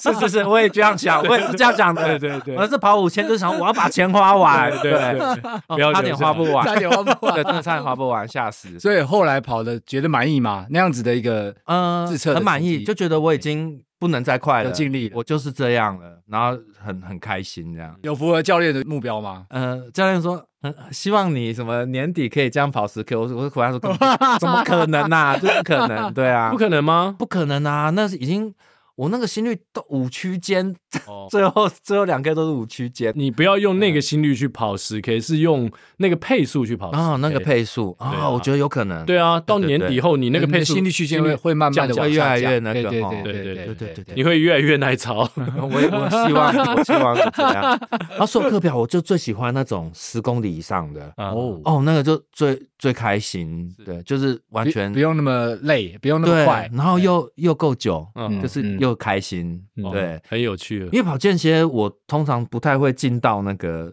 [SPEAKER 4] 是是是，我也这样想，我也是这样想的。
[SPEAKER 1] 对对对
[SPEAKER 4] 我是跑五千，就是想我要把钱花完，
[SPEAKER 1] 对对，
[SPEAKER 4] 哦
[SPEAKER 1] 不要
[SPEAKER 4] 差
[SPEAKER 1] 留
[SPEAKER 4] 点
[SPEAKER 1] 下
[SPEAKER 4] 花不完，
[SPEAKER 2] 差点花不完
[SPEAKER 4] 对，真的差点花不完，吓死。
[SPEAKER 2] 所以后来跑的觉得满意吗？那样子的一个
[SPEAKER 4] 呃
[SPEAKER 2] 自测的
[SPEAKER 4] 很满
[SPEAKER 2] 成
[SPEAKER 4] 意，
[SPEAKER 2] 绩嗯
[SPEAKER 4] 就觉得我已经不能再快了，
[SPEAKER 2] 有尽力了
[SPEAKER 4] 我就是这样了，然后很很开心这样。
[SPEAKER 2] 有符合教练的目标吗？
[SPEAKER 4] 呃，教练说，嗯，希望你什么年底可以这样跑十 K。我说，我 回答说，根本怎么可能呐、这不可能，对啊，
[SPEAKER 1] 不可能吗？
[SPEAKER 4] 不可能啊，那是已经我那个心率都五区间，
[SPEAKER 1] 哦
[SPEAKER 4] 最后 最后两个都是五区间。
[SPEAKER 1] 你不要用那个心率去跑十 K，是用那个配速去跑。
[SPEAKER 4] 哦，那个
[SPEAKER 1] 10K。
[SPEAKER 4] 配速啊、
[SPEAKER 1] 对啊
[SPEAKER 4] 我觉得有可能。
[SPEAKER 1] 对啊，到年底后你那个
[SPEAKER 2] 你的
[SPEAKER 1] 配速
[SPEAKER 2] 心率区间会会慢慢的
[SPEAKER 1] 降
[SPEAKER 2] 往
[SPEAKER 4] 越
[SPEAKER 2] 下
[SPEAKER 4] 来越
[SPEAKER 2] 降
[SPEAKER 4] 那个
[SPEAKER 2] 对
[SPEAKER 4] 哦
[SPEAKER 2] 对
[SPEAKER 1] 对对
[SPEAKER 2] 对对
[SPEAKER 4] 对对
[SPEAKER 2] 对
[SPEAKER 1] 你会越来越耐操。
[SPEAKER 4] 我也我希望，我希望是 这样。啊然后所有课表，我就最喜欢那种十公里以上的。
[SPEAKER 1] 哦，
[SPEAKER 4] 哦，那个就最最开心，对，就是完
[SPEAKER 2] 不
[SPEAKER 4] 全
[SPEAKER 2] 不用那么累，不用那么
[SPEAKER 4] 对，
[SPEAKER 2] 快，
[SPEAKER 4] 然后又又够久，
[SPEAKER 1] 嗯
[SPEAKER 4] 就是
[SPEAKER 2] 嗯
[SPEAKER 4] 又开心，
[SPEAKER 1] 哦
[SPEAKER 4] 对。
[SPEAKER 1] 很有趣。
[SPEAKER 4] 因为跑间歇，我通常不太会进到那个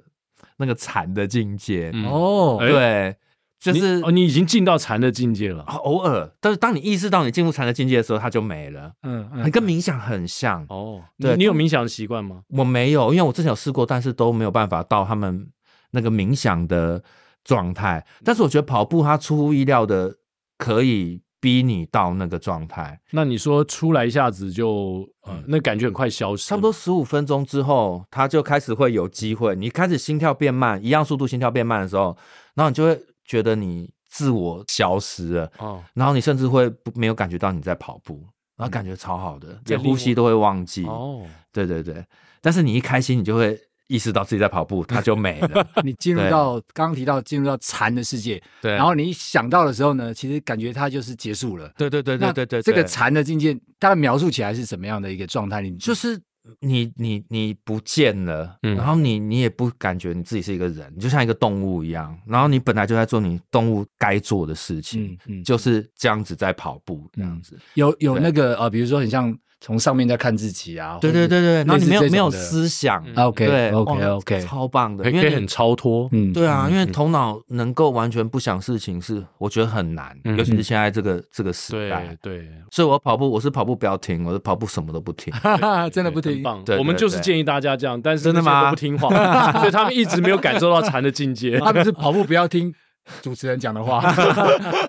[SPEAKER 4] 那个禅的境界，
[SPEAKER 1] 嗯
[SPEAKER 2] 哦
[SPEAKER 1] 哎
[SPEAKER 4] 对，就
[SPEAKER 1] 你
[SPEAKER 4] 是哦
[SPEAKER 1] 哦，你已经进到禅的境界了。
[SPEAKER 4] 偶尔，但是当你意识到你进入禅的境界的时候，它就没了，
[SPEAKER 2] 嗯
[SPEAKER 4] 它
[SPEAKER 2] 嗯，
[SPEAKER 4] 跟冥想很像。
[SPEAKER 1] 哦，
[SPEAKER 4] 对
[SPEAKER 1] 你你有冥想的习惯吗？
[SPEAKER 4] 我没有，因为我之前有试过，但是都没有办法到他们那个冥想的状态。但是我觉得跑步它出乎意料的可以逼你到那个状态，
[SPEAKER 1] 那你说出来一下子就呃，那感觉很快消失，
[SPEAKER 4] 差不多十五分钟之后，它就开始会有机会。你开始心跳变慢，一样速度心跳变慢的时候，然后你就会觉得你自我消失了，
[SPEAKER 1] 哦。
[SPEAKER 4] 然后你甚至会不没有感觉到你在跑步，然后感觉超好的，
[SPEAKER 1] 在
[SPEAKER 4] 连
[SPEAKER 1] 另
[SPEAKER 4] 呼吸都会忘记。
[SPEAKER 1] 哦，
[SPEAKER 4] 对对对，但是你一开心，你就会意识到自己在跑步，它就没了。
[SPEAKER 2] 你进入到刚刚提到进入到禅的世界，
[SPEAKER 4] 对
[SPEAKER 2] 然后你想到的时候呢，其实感觉它就是结束了。
[SPEAKER 4] 对对对对
[SPEAKER 2] 那
[SPEAKER 4] 对对，
[SPEAKER 2] 这个
[SPEAKER 4] 对
[SPEAKER 2] 禅的境界，它描述起来是什么样的一个状态？你
[SPEAKER 4] 就是你你你不见了，
[SPEAKER 1] 嗯
[SPEAKER 4] 然后你你也不感觉你自己是一个人，你就像一个动物一样，然后你本来就在做你动物该做的事情，
[SPEAKER 2] 嗯嗯
[SPEAKER 4] 就是这样子在跑步这样子，
[SPEAKER 2] 有有
[SPEAKER 4] 对
[SPEAKER 2] 那个呃，比如说很像从上面在看自己啊，
[SPEAKER 4] 对对对对，然后你没有没有
[SPEAKER 2] 思
[SPEAKER 4] 思想，
[SPEAKER 1] 嗯
[SPEAKER 2] ，OK
[SPEAKER 4] 对
[SPEAKER 2] OK
[SPEAKER 4] 哦
[SPEAKER 2] OK，
[SPEAKER 4] 超棒的，
[SPEAKER 1] 可以
[SPEAKER 4] 因
[SPEAKER 1] 可以
[SPEAKER 4] 为
[SPEAKER 1] 很
[SPEAKER 4] 你
[SPEAKER 1] 超脱。
[SPEAKER 2] 嗯
[SPEAKER 4] 对啊，因为
[SPEAKER 2] 嗯
[SPEAKER 4] 头脑能够完全不想事情是我觉得很难，
[SPEAKER 1] 嗯
[SPEAKER 4] 尤其是现在这个这个时代
[SPEAKER 1] 对，对，
[SPEAKER 4] 所以我跑步我是跑步不要停，我是跑步什么都不停。
[SPEAKER 2] 哈哈， 啊真的不
[SPEAKER 1] 很
[SPEAKER 2] 听，
[SPEAKER 1] 棒
[SPEAKER 4] 对。对
[SPEAKER 1] 我们就是
[SPEAKER 4] 对
[SPEAKER 1] 建议大家这样，但是
[SPEAKER 4] 真的
[SPEAKER 1] 那些
[SPEAKER 4] 吗
[SPEAKER 1] 都不听 话，所以他们一直没有感受到禅的境界。
[SPEAKER 2] 他们是跑步不要听主持人讲的 话，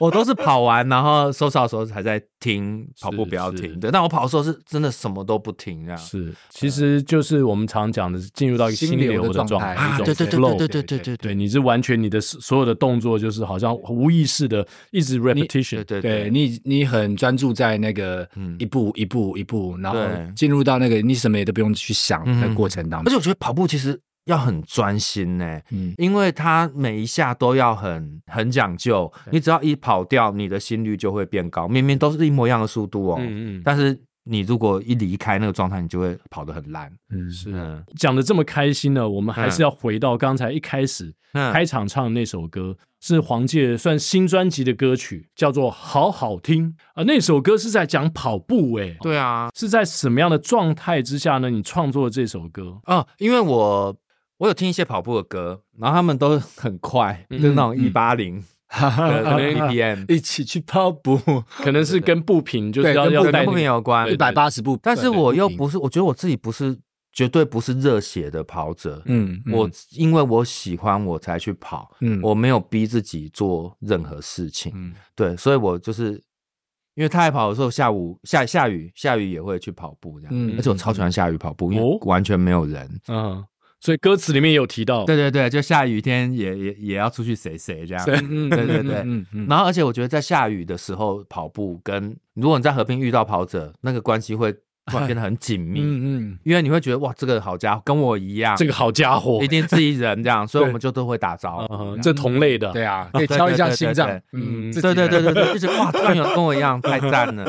[SPEAKER 4] 我都是跑完，然后收拾好的时候才在听跑步，不要
[SPEAKER 1] 是
[SPEAKER 4] 停。对，但我跑的时候是真的什么都不听这样。
[SPEAKER 1] 是，其实就是我们常讲的，是进入到一个
[SPEAKER 2] 心
[SPEAKER 1] 心
[SPEAKER 2] 流
[SPEAKER 1] 流
[SPEAKER 2] 的
[SPEAKER 1] 的
[SPEAKER 2] 状
[SPEAKER 1] 状
[SPEAKER 2] 态
[SPEAKER 1] 态，
[SPEAKER 2] 啊
[SPEAKER 1] 一种
[SPEAKER 2] 对对对
[SPEAKER 1] flow
[SPEAKER 2] 对
[SPEAKER 4] 对对
[SPEAKER 1] 对，你是完全你的所有的动作就是好像无意识的一直 repetition，
[SPEAKER 4] 对
[SPEAKER 2] 对
[SPEAKER 4] 对
[SPEAKER 2] 你你很专注在那个
[SPEAKER 4] 嗯
[SPEAKER 2] 一步一步一步，然后
[SPEAKER 4] 对
[SPEAKER 2] 进入到那个你什么也都不用去想
[SPEAKER 4] 嗯
[SPEAKER 2] 的过程当
[SPEAKER 4] 而
[SPEAKER 2] 中，
[SPEAKER 4] 且我觉得跑步其实要很专心呢、
[SPEAKER 2] 嗯
[SPEAKER 4] 因为它每一下都要很很讲究。你只要一跑掉，你的心率就会变高。明明都是一模一样的速度哦，
[SPEAKER 1] 嗯嗯
[SPEAKER 4] 但是你如果一离开那个状态，你就会跑得很烂。
[SPEAKER 2] 嗯
[SPEAKER 1] 是
[SPEAKER 4] 嗯
[SPEAKER 1] 讲的这么开心呢，我们还是要回到刚才一开始
[SPEAKER 4] 嗯
[SPEAKER 1] 开场唱的那首歌，是黄玠算新专辑的歌曲，叫做《好好听》啊、那首歌是在讲跑步、欸诶，
[SPEAKER 4] 对啊，
[SPEAKER 1] 是在什么样的状态之下呢？你创作这首歌，
[SPEAKER 4] 哦，因为我我有听一些跑步的歌，然后他们都很快，
[SPEAKER 1] 嗯
[SPEAKER 4] 就是那种一八 零。 可能
[SPEAKER 1] 啊
[SPEAKER 4] BPM
[SPEAKER 2] 一起去跑步，
[SPEAKER 1] 可能是跟步频就是
[SPEAKER 2] 对
[SPEAKER 1] 要
[SPEAKER 2] 跟
[SPEAKER 1] 要
[SPEAKER 2] 步
[SPEAKER 1] 带
[SPEAKER 4] 跟
[SPEAKER 1] 那
[SPEAKER 4] 不
[SPEAKER 1] 个
[SPEAKER 4] 平有关
[SPEAKER 2] 一，百八十步，
[SPEAKER 4] 但是我又
[SPEAKER 2] 对嗯
[SPEAKER 4] 不是，我觉得我自己不是，绝对不是热血的跑者。
[SPEAKER 2] 嗯，嗯
[SPEAKER 4] 我因为我喜欢我才去跑，
[SPEAKER 2] 嗯
[SPEAKER 4] 我没有逼自己做任何事情，
[SPEAKER 2] 嗯
[SPEAKER 4] 对，所以我就是因为太爱跑的时候，下午下下雨下雨也会去跑步这样，
[SPEAKER 2] 嗯
[SPEAKER 4] 而且我超喜欢下雨跑步，因
[SPEAKER 1] 哦
[SPEAKER 4] 为完全没有人，
[SPEAKER 1] 嗯，所以歌词里面也有提到，
[SPEAKER 4] 对对对，就下雨天也也也要出去谁谁这样，
[SPEAKER 1] 谁
[SPEAKER 4] 嗯对对对，
[SPEAKER 2] 嗯嗯
[SPEAKER 4] 然后，而且我觉得在下雨的时候跑步跟，如果你在河边遇到跑者，那个关系会突然变得很紧密，
[SPEAKER 2] 嗯嗯
[SPEAKER 4] 因为你会觉得哇，这个好家伙跟我一样，
[SPEAKER 1] 这个好家伙
[SPEAKER 4] 一，定自己人这样，所以我们就都会打
[SPEAKER 2] 哦
[SPEAKER 4] 招呼。
[SPEAKER 1] 嗯这同类的，
[SPEAKER 2] 嗯，对啊，可以敲一下心脏
[SPEAKER 4] 对对，
[SPEAKER 2] 嗯，自己嗯
[SPEAKER 4] 对对对对对，就是哇，突然有跟我一样，太赞 了！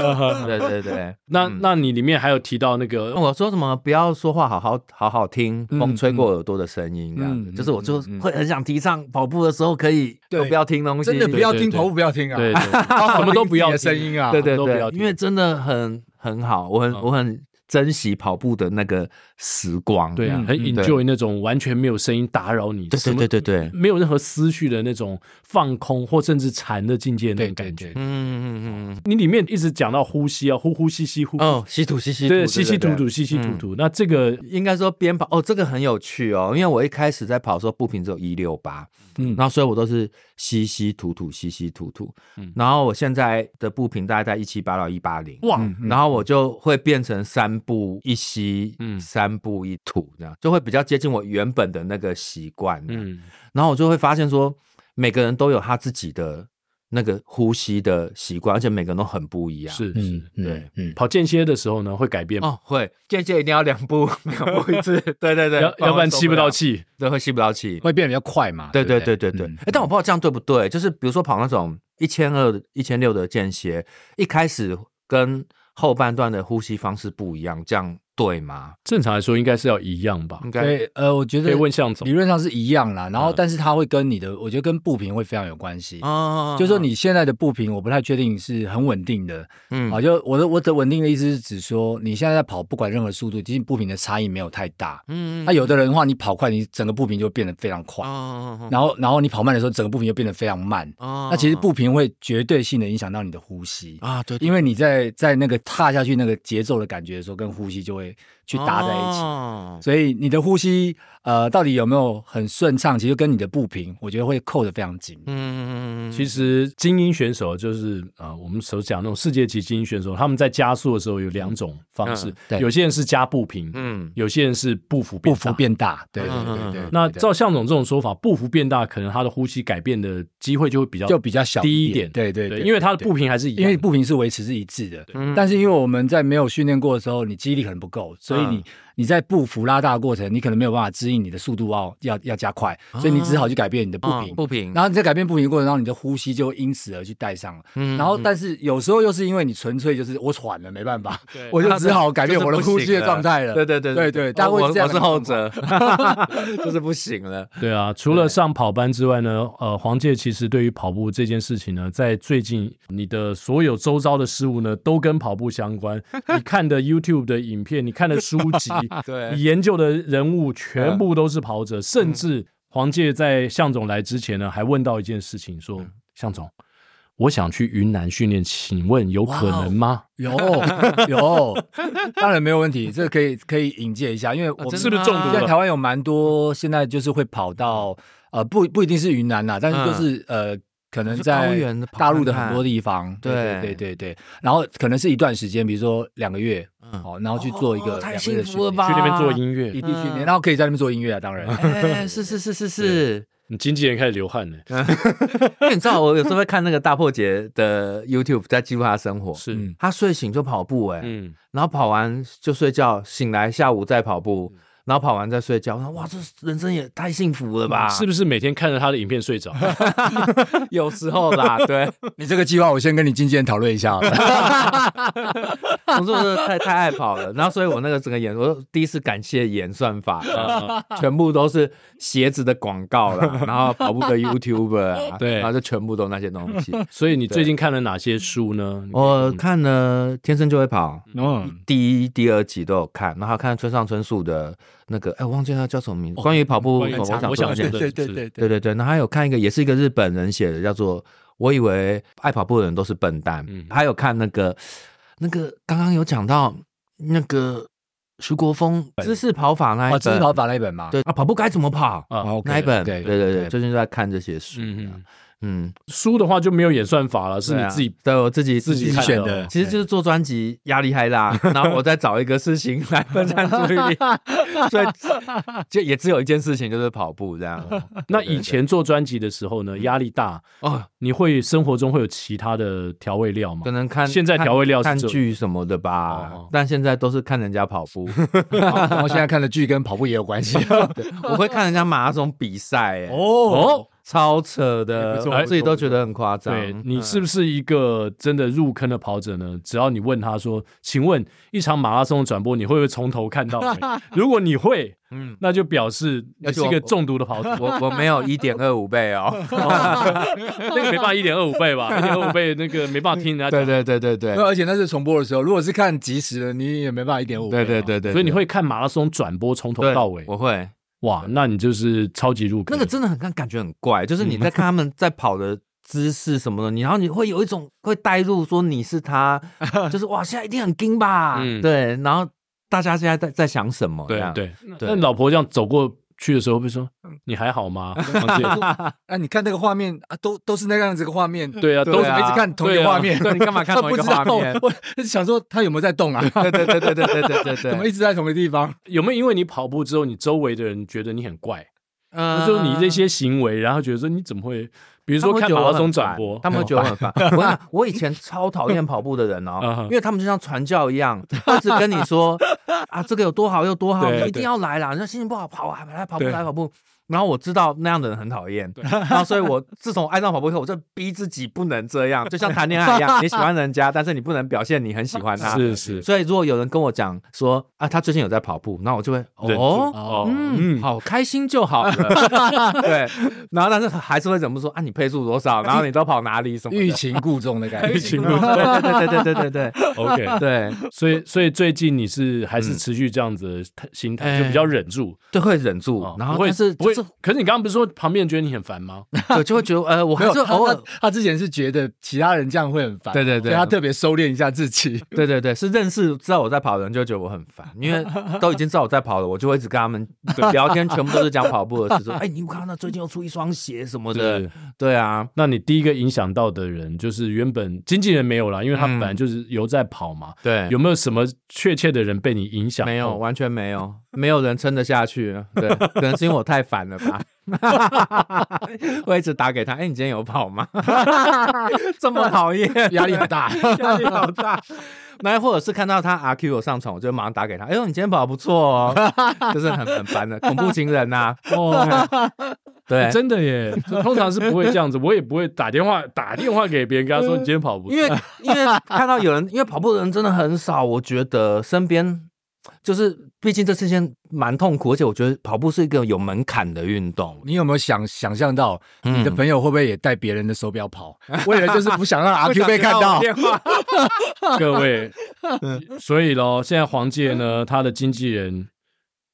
[SPEAKER 4] 对对对，
[SPEAKER 1] 那
[SPEAKER 4] 嗯
[SPEAKER 1] 那你里面还有提到那个
[SPEAKER 4] 我说什么不要说话，好好好好听
[SPEAKER 2] 嗯
[SPEAKER 4] 风吹过耳朵的声音，这样子，
[SPEAKER 2] 嗯
[SPEAKER 4] 就是我就
[SPEAKER 2] 嗯嗯嗯
[SPEAKER 4] 会很想提倡跑步的时候可以
[SPEAKER 2] 对
[SPEAKER 4] 都不要听东西，
[SPEAKER 2] 真的不要
[SPEAKER 1] 对
[SPEAKER 2] 听
[SPEAKER 1] 对
[SPEAKER 2] 跑步，不要听啊，
[SPEAKER 1] 对，对什么都不要
[SPEAKER 2] 听自己的声
[SPEAKER 1] 听
[SPEAKER 2] 音啊，
[SPEAKER 4] 对对
[SPEAKER 1] 都不嗯要
[SPEAKER 4] 对，
[SPEAKER 1] 停
[SPEAKER 4] 因为真的很很好，我很、我很珍惜跑步的那个时光。
[SPEAKER 1] 对啊，很 enjoy 那种完全没有声音打扰你，
[SPEAKER 4] 嗯对
[SPEAKER 1] 什
[SPEAKER 4] 对
[SPEAKER 1] 么
[SPEAKER 4] 对对对，
[SPEAKER 1] 没有任何思绪的那种放空或甚至禅的境界那
[SPEAKER 2] 对
[SPEAKER 1] 种
[SPEAKER 2] 对
[SPEAKER 1] 感觉。
[SPEAKER 2] 对
[SPEAKER 4] 嗯嗯嗯嗯，
[SPEAKER 1] 你里面一直讲到呼吸啊，呼呼吸吸呼，
[SPEAKER 4] 哦，吸吐吸吸吐，
[SPEAKER 1] 对，吸吸吐吐，吸吸吐吐。那这个
[SPEAKER 4] 应该说边跑哦，这个很有趣哦，因为我一开始在跑的时候步频只有一六八，
[SPEAKER 1] 嗯
[SPEAKER 4] 嗯，然后所以我都是吸吸吐吐，吸吸吐吐，
[SPEAKER 1] 嗯
[SPEAKER 4] 嗯，然后我现在的步频大概在一七八到一八零，
[SPEAKER 1] 哇，
[SPEAKER 2] 嗯
[SPEAKER 4] 然后我就会变成三步一吸，
[SPEAKER 1] 嗯
[SPEAKER 4] 嗯，三步一吐，这样就会比较接近我原本的那个习惯，嗯，
[SPEAKER 1] 嗯
[SPEAKER 4] 然后我就会发现说，每个人都有他自己的那个呼吸的习惯，而且每个人都很不一样，
[SPEAKER 1] 是
[SPEAKER 2] 嗯
[SPEAKER 1] 是。
[SPEAKER 2] 嗯
[SPEAKER 4] 对
[SPEAKER 2] 嗯，
[SPEAKER 1] 跑间歇的时候呢，会改变吗？
[SPEAKER 4] 哦，会间接一定要两步， 两步一次，对对对，
[SPEAKER 1] 要要不然吸不到，气。
[SPEAKER 4] 对，会吸不到气。
[SPEAKER 2] 会变得比较快嘛？
[SPEAKER 4] 对对
[SPEAKER 2] 对
[SPEAKER 4] 对
[SPEAKER 2] 不
[SPEAKER 4] 对对，
[SPEAKER 2] 嗯
[SPEAKER 4] 哎，但我不知道这样对不对，就是比如说跑那种一千二、一千六的间歇，一开始跟后半段的呼吸方式不一样，这样对吗？
[SPEAKER 1] 正常来说应该是要一样吧
[SPEAKER 4] 应？该
[SPEAKER 2] 对，呃，我觉
[SPEAKER 1] 可以
[SPEAKER 2] 得
[SPEAKER 1] 问向总
[SPEAKER 2] 理。论上是一样啦，然后
[SPEAKER 1] 嗯
[SPEAKER 2] 但是它会跟你的，我觉得跟步频会非常有关系。
[SPEAKER 4] 啊
[SPEAKER 2] 就说你现在的步频，我不太确定是很稳定的
[SPEAKER 4] 嗯
[SPEAKER 2] 啊。就我的我的稳定的意思是指说，你现在在跑，不管任何速度，其实步频的差异没有太大。
[SPEAKER 4] 嗯
[SPEAKER 2] 那有的人的话，你跑快，你整个步频就变得非常快，
[SPEAKER 4] 啊
[SPEAKER 2] 然后然后你跑慢的时候，整个步频就变得非常慢。
[SPEAKER 4] 啊
[SPEAKER 2] 那其实步频会绝对性的影响到你的呼吸，
[SPEAKER 4] 啊，对，
[SPEAKER 2] 因为你在在那个踏下去那个节奏的感觉的时候，跟呼吸就会去搭在一起。
[SPEAKER 4] 哦起，
[SPEAKER 2] 所以你的呼吸，呃，到底有没有很顺畅，其实跟你的步频，我觉得会扣得非常紧。
[SPEAKER 4] 嗯，
[SPEAKER 1] 其实精英选手就是呃，我们所讲那种世界级精英选手，他们在加速的时候有两种方式
[SPEAKER 4] 嗯，
[SPEAKER 2] 对
[SPEAKER 1] 有些人是加步频，
[SPEAKER 4] 嗯
[SPEAKER 1] 有些人是步幅
[SPEAKER 2] 步
[SPEAKER 1] 变
[SPEAKER 2] 幅
[SPEAKER 1] 大。
[SPEAKER 2] 变大，对对
[SPEAKER 4] 嗯
[SPEAKER 2] 对
[SPEAKER 4] 嗯
[SPEAKER 2] 对
[SPEAKER 4] 嗯
[SPEAKER 2] 对。
[SPEAKER 1] 那
[SPEAKER 2] 对
[SPEAKER 1] 照向总这种说法，步幅变大，可能他的呼吸改变的机会就会比较
[SPEAKER 2] 就比较小
[SPEAKER 1] 低
[SPEAKER 2] 一
[SPEAKER 1] 点。
[SPEAKER 2] 点对对对
[SPEAKER 1] 因为他的步频还是一
[SPEAKER 2] 因为
[SPEAKER 1] 样的。
[SPEAKER 2] 步频是维持是一致的，
[SPEAKER 4] 嗯
[SPEAKER 2] 但是因为我们在没有训练过的时候，你肌力可能不够，所以你、
[SPEAKER 4] 嗯
[SPEAKER 2] 你在步幅拉大的过程，你可能没有办法指引你的速度要要要加快，所以你只好去改变你的步频。
[SPEAKER 4] 啊不平，
[SPEAKER 2] 然后你在改变步频的过程，然后你的呼吸就因此而去带上了。
[SPEAKER 4] 嗯
[SPEAKER 2] 然后，但是有时候又是因为你纯粹就是我喘了，没办 法
[SPEAKER 1] 对，
[SPEAKER 2] 我就只好改变我的呼吸的状态了。
[SPEAKER 4] 对对对
[SPEAKER 2] 对对，大家会
[SPEAKER 4] 我
[SPEAKER 2] 这样
[SPEAKER 4] 我是后者， 就是不行 了。
[SPEAKER 1] 对啊，除了上跑班之外呢，呃，黄介其实对于跑步这件事情呢，在最近你的所有周遭的事物呢，都跟跑步相 关。你看的 YouTube 的影片，你看的书 籍，
[SPEAKER 4] 对
[SPEAKER 1] 你研究的人物全部都是跑者，甚至黄介在向总来之前呢，还问到一件事情，说：“向总，我想去云南训练，请问有可能吗
[SPEAKER 2] 有 有，当然没有问题，这个可以可以引介一下，因为我们
[SPEAKER 4] 真
[SPEAKER 1] 哦是不是中毒
[SPEAKER 2] 现在
[SPEAKER 1] 了
[SPEAKER 2] 台湾有蛮多现在就是会跑到呃不不一定是云南啦，但是就
[SPEAKER 4] 嗯
[SPEAKER 2] 是、呃。可能
[SPEAKER 4] 就是
[SPEAKER 2] 在
[SPEAKER 4] 高原的跑
[SPEAKER 2] 大陆
[SPEAKER 4] 看
[SPEAKER 2] 的
[SPEAKER 4] 看
[SPEAKER 2] 很多地方，对对
[SPEAKER 4] 对
[SPEAKER 2] 对对对，然后可能是一段时间，比如说两个月，
[SPEAKER 4] 嗯
[SPEAKER 2] 好，然后去做一个
[SPEAKER 4] 哦太
[SPEAKER 2] 两个
[SPEAKER 4] 幸
[SPEAKER 2] 月的
[SPEAKER 4] 福
[SPEAKER 2] 训练
[SPEAKER 4] 了吧
[SPEAKER 1] 去那边做音
[SPEAKER 2] 异
[SPEAKER 1] 乐
[SPEAKER 2] 地训练，
[SPEAKER 4] 嗯
[SPEAKER 2] 然后可以在那边做音乐啊，当然，
[SPEAKER 4] 哎，是是是是是，？”
[SPEAKER 1] 你经纪人开始流汗了，
[SPEAKER 4] 因为你知道，我有时候会看那个大破姐的 YouTube，在记录她的生活。
[SPEAKER 1] 是，
[SPEAKER 2] 嗯
[SPEAKER 4] 她睡醒就跑步，哎，
[SPEAKER 1] 嗯，
[SPEAKER 4] 然后跑完就睡觉，醒来下午再跑
[SPEAKER 2] 嗯
[SPEAKER 4] 步，然后跑完再睡觉。我说哇，这人生也太幸福了
[SPEAKER 2] 啊
[SPEAKER 4] 吧？
[SPEAKER 1] 是不是每天看着他的影片睡着？
[SPEAKER 4] 有时候啦，对，
[SPEAKER 2] 你这个计划我先跟你经纪人讨论一下好 了。
[SPEAKER 4] 总之我真的太太爱 跑了，然后所以我那个整个演，我第一次感谢演算法，呃全部都是鞋子的广 告啦，然后跑步的 YouTuber 啊，
[SPEAKER 1] 对
[SPEAKER 4] 然后就全部都那些 东西。
[SPEAKER 1] 所以你最近看了哪些书呢？
[SPEAKER 4] 我看了《天生就会跑》
[SPEAKER 2] 嗯，
[SPEAKER 4] 第一、第二集都有看，然后还看村上春树的那个，哎，我忘记他叫什么名字，关于跑步，
[SPEAKER 1] 哦关于
[SPEAKER 4] 我想
[SPEAKER 1] 我
[SPEAKER 4] 做
[SPEAKER 1] 想
[SPEAKER 4] 的
[SPEAKER 1] 说
[SPEAKER 4] 件
[SPEAKER 1] 的
[SPEAKER 2] 对
[SPEAKER 4] 事。
[SPEAKER 2] 对对
[SPEAKER 4] 对对对，那还有看一个，也是一个日本人写的，叫做《我以为爱跑步的人都是笨蛋》。
[SPEAKER 1] 嗯
[SPEAKER 4] 还有看那个那个刚刚有讲到那个徐国峰姿势跑法那
[SPEAKER 2] 哦，
[SPEAKER 4] 一本，
[SPEAKER 2] 这是跑法那一本嘛？
[SPEAKER 4] 对啊，跑步该怎么跑、
[SPEAKER 1] 啊
[SPEAKER 2] 哦，OK，
[SPEAKER 4] 那一本，
[SPEAKER 2] 对
[SPEAKER 4] 对对对，最近都在看这些书。
[SPEAKER 1] 嗯
[SPEAKER 4] 嗯
[SPEAKER 1] 嗯
[SPEAKER 4] 嗯，
[SPEAKER 1] 书的话就没有演算法了，是
[SPEAKER 4] 对
[SPEAKER 1] 你
[SPEAKER 4] 啊
[SPEAKER 1] 自己
[SPEAKER 4] 对我自己
[SPEAKER 1] 自己
[SPEAKER 2] 自己
[SPEAKER 1] 看
[SPEAKER 2] 选
[SPEAKER 1] 哦
[SPEAKER 2] 的
[SPEAKER 4] 其实就是做专辑压力太大，然后我再找一个事情来分散注意力，所以就也只有一件事情就是跑步这样。
[SPEAKER 1] 那以前做专辑的时候呢，压力大，
[SPEAKER 4] 嗯哦，啊
[SPEAKER 1] 你会生活中会有其他的调味料吗
[SPEAKER 4] 可？能看
[SPEAKER 1] 现在调味料是
[SPEAKER 4] 看
[SPEAKER 1] 这
[SPEAKER 4] 看剧什么的吧，
[SPEAKER 1] 哦哦
[SPEAKER 4] 但现在都是看人家跑 步，
[SPEAKER 2] 然后现在看的剧跟跑步也有关系。
[SPEAKER 4] 我会看人家马拉松比赛、哦，
[SPEAKER 2] 哦，
[SPEAKER 4] 超扯
[SPEAKER 2] 也
[SPEAKER 1] 哎
[SPEAKER 4] 的
[SPEAKER 2] 不，错
[SPEAKER 4] 我自己都觉得很夸张。
[SPEAKER 1] 对你是不是一个真的入坑的跑者呢？只要你问他说：“请问一场马拉松的转播，你会不会从头看到 尾？”如果你会，
[SPEAKER 4] 嗯，
[SPEAKER 1] 那就表示你是一个中毒的跑者。
[SPEAKER 4] 我我没有一点 二五倍哦。
[SPEAKER 1] 那个没办法，一点二五倍 吧，一点二五倍那个没办法听人家
[SPEAKER 4] 对
[SPEAKER 1] 讲。
[SPEAKER 4] 对对对对
[SPEAKER 2] 没有而且那是重播的时候，如果是看即时的，你也没办法一点五。
[SPEAKER 4] 对对对对，
[SPEAKER 1] 所以你会看马拉松转播从头
[SPEAKER 4] 对
[SPEAKER 1] 到尾，
[SPEAKER 4] 我会
[SPEAKER 1] 哇，那你就是超级入坑。嗯
[SPEAKER 4] 那个真的很看感觉很怪，就是你在看他们在跑的。姿势什么的，你然后你会有一种会带入说你是 他，就是哇，现在一定很惊吧？
[SPEAKER 1] 嗯
[SPEAKER 4] 对，然后大家现在在在想什么？
[SPEAKER 1] 对
[SPEAKER 4] 这样，
[SPEAKER 1] 对。嗯那
[SPEAKER 4] 对
[SPEAKER 1] 那老婆这样走过去的时候，会不会说你还好吗？ 王姐
[SPEAKER 2] 啊，你 看那个画面啊，都都是那样子个画面，
[SPEAKER 1] 对啊，
[SPEAKER 2] 都
[SPEAKER 1] 都
[SPEAKER 2] 是一直看同一个画面，？
[SPEAKER 1] 对啊
[SPEAKER 4] 你干嘛看同一个画面
[SPEAKER 2] 我想说他有没有在动啊？
[SPEAKER 4] 对对对对对对 对对对，
[SPEAKER 2] 怎么一直在同个地方？
[SPEAKER 1] 有没有因为你跑步之后，你周围的人觉得你很怪，
[SPEAKER 4] 呃
[SPEAKER 1] 就说你这些行为，然后觉得说你怎么会，比如说看马拉松转 播，
[SPEAKER 4] 他们会觉得我很烦。我跟你讲我以前超讨厌跑步的人
[SPEAKER 1] 嗯哼
[SPEAKER 4] 哦，因为他们就像传教一样，一直跟你说啊，这个有多好有多好，
[SPEAKER 1] 对
[SPEAKER 4] 你
[SPEAKER 1] 对
[SPEAKER 4] 一定要来啦！那心情不好跑啊，来跑步
[SPEAKER 1] 对
[SPEAKER 4] 来跑步。然后我知道那样的人很讨厌，然后所以我自从爱上跑步以后，我就逼自己不能这样，就像谈恋爱一 样，你喜欢人家，但是你不能表现你很喜欢他。
[SPEAKER 1] 是是
[SPEAKER 4] 所以如果有人跟我讲说啊，他最近有在跑步，那我就会
[SPEAKER 1] 忍住
[SPEAKER 4] 哦，
[SPEAKER 1] 哦
[SPEAKER 4] 嗯，好开心就好了。对，然后但是还是会忍不住说啊，你配速多少？然后你都跑哪里什么
[SPEAKER 2] 欲
[SPEAKER 4] 的？
[SPEAKER 2] 擒故纵的感
[SPEAKER 1] 欲
[SPEAKER 2] 觉。
[SPEAKER 1] 擒故
[SPEAKER 4] 对对对对对对对对
[SPEAKER 1] OK，
[SPEAKER 4] 对，
[SPEAKER 1] 所以所以最近你是还是
[SPEAKER 4] 嗯
[SPEAKER 1] 持续这样子的态心态，
[SPEAKER 4] 哎
[SPEAKER 1] 就比较忍住，
[SPEAKER 4] 就会忍住
[SPEAKER 1] 哦，
[SPEAKER 4] 然后
[SPEAKER 1] 不会
[SPEAKER 4] 但是
[SPEAKER 1] 不会
[SPEAKER 4] 就是。
[SPEAKER 1] 可是你刚刚不是说旁边人觉得你很烦吗？
[SPEAKER 4] 对就会觉得呃，我
[SPEAKER 2] 没
[SPEAKER 4] 还
[SPEAKER 2] 有，
[SPEAKER 4] 是
[SPEAKER 2] 他
[SPEAKER 4] 偶尔
[SPEAKER 2] 他他之前是觉得其他人这样会很烦，
[SPEAKER 4] 对对对
[SPEAKER 2] 所以他特别收敛一下自 己。
[SPEAKER 4] 对对对，是认识知道我在跑的人就会觉得我很烦，因为都已经知道我在跑了，我就会一直跟他们聊天，全部都是讲跑步的事，说哎，你有看到那最近又出一双鞋什么的
[SPEAKER 1] 是，
[SPEAKER 4] 对啊，
[SPEAKER 1] 那你第一个影响到的人就是原本经纪人没有啦，因为他
[SPEAKER 4] 嗯
[SPEAKER 1] 本来就是有在跑嘛。
[SPEAKER 4] 对
[SPEAKER 1] 有没有什么确切的人被你影响？
[SPEAKER 4] 哎没有，完全没有，没有人撑得下去。对，可能是因为我太烦了吧。 我一直打给他，哎、你今天有跑吗？ 这么讨厌，
[SPEAKER 2] 压力很大，
[SPEAKER 4] 压力好大。那或者是看到他 RQ 有上床，我就马上打给他。哎呦，你今天跑得不错哦，就是很很烦的恐怖情人呐、 哦，对，
[SPEAKER 1] 真的耶，就通常是不会这样子，我也不会打电话打电话给别人，跟他说你今天跑步，
[SPEAKER 4] 因为因为看到有人，因为跑步的人真的很少，我觉得身边就是，毕竟这是一件蛮痛苦，而且我觉得跑步是一个有门槛的运动。
[SPEAKER 2] 你有没有想想象到
[SPEAKER 4] 嗯
[SPEAKER 2] 你的朋友会不会也带别人的手表 跑？为了就是不想让阿 Q 被看到。
[SPEAKER 4] 啊
[SPEAKER 1] 各 位，
[SPEAKER 4] 嗯
[SPEAKER 1] 所以咯，现在黄介呢，他的经纪人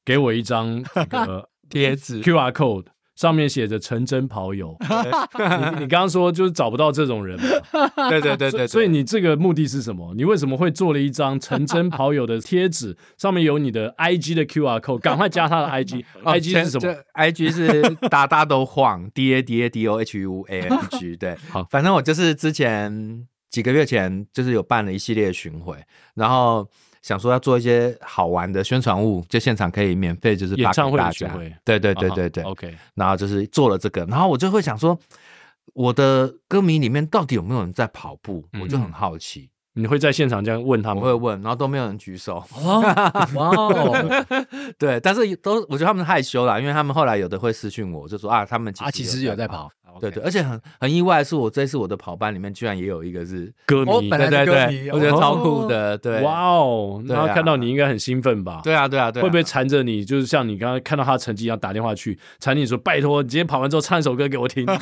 [SPEAKER 1] 给我一张这个
[SPEAKER 4] 贴纸
[SPEAKER 1] QR code，上面写着“成真跑 友”。你你刚刚说就是找不到这种人嘛，
[SPEAKER 4] 对对 对
[SPEAKER 1] 所以 所以你这个目的是什么？你为什么会做了一张成真跑友的贴纸，上面有你的 IG 的 QR code？赶快加他的 IG，IG、IG
[SPEAKER 4] 哦
[SPEAKER 1] 是什么？
[SPEAKER 4] ？IG 是大 大都晃 D A D A D O H U A N G。对，
[SPEAKER 1] 好
[SPEAKER 4] 反正我就是之前几个月前就是有办了一系列巡回，然后想说要做一些好玩的宣传物，就现场可以免费就是
[SPEAKER 1] 演唱会的
[SPEAKER 4] 发给
[SPEAKER 1] 巡
[SPEAKER 4] 大家
[SPEAKER 1] 回。
[SPEAKER 4] 对对对对对
[SPEAKER 1] 啊哈。，OK，
[SPEAKER 4] 然后就是做了这个，然后我就会想说，我的歌迷里面到底有没有人在跑步？
[SPEAKER 1] 嗯
[SPEAKER 4] 我就很好奇，
[SPEAKER 1] 你会在现场这样问他
[SPEAKER 4] 我
[SPEAKER 1] 们
[SPEAKER 4] 会？问，然后都没有人举手。
[SPEAKER 2] 哇 哦，
[SPEAKER 4] 对，但是都我觉得他们害羞啦，因为他们后来有的会私讯我，就说啊，他们
[SPEAKER 2] 啊，其实有在。跑，
[SPEAKER 4] 对对，而且很很意外的是，我这次我的跑班里面居然也有一个是
[SPEAKER 1] 歌
[SPEAKER 2] 我
[SPEAKER 1] 迷
[SPEAKER 2] 本。来是
[SPEAKER 4] 对对
[SPEAKER 2] 歌
[SPEAKER 4] 对，
[SPEAKER 2] 迷，哦
[SPEAKER 4] 我觉得超酷的，对，
[SPEAKER 1] 哇哦，
[SPEAKER 4] 对
[SPEAKER 1] 那
[SPEAKER 4] 啊
[SPEAKER 1] 他看到你应该很兴奋吧？
[SPEAKER 4] 对啊对啊对啊，
[SPEAKER 1] 会不会缠着你？就是像你刚刚看到他的成绩一样，打电话去缠你说：“拜托，你今天跑完之后唱一首歌给我 听。”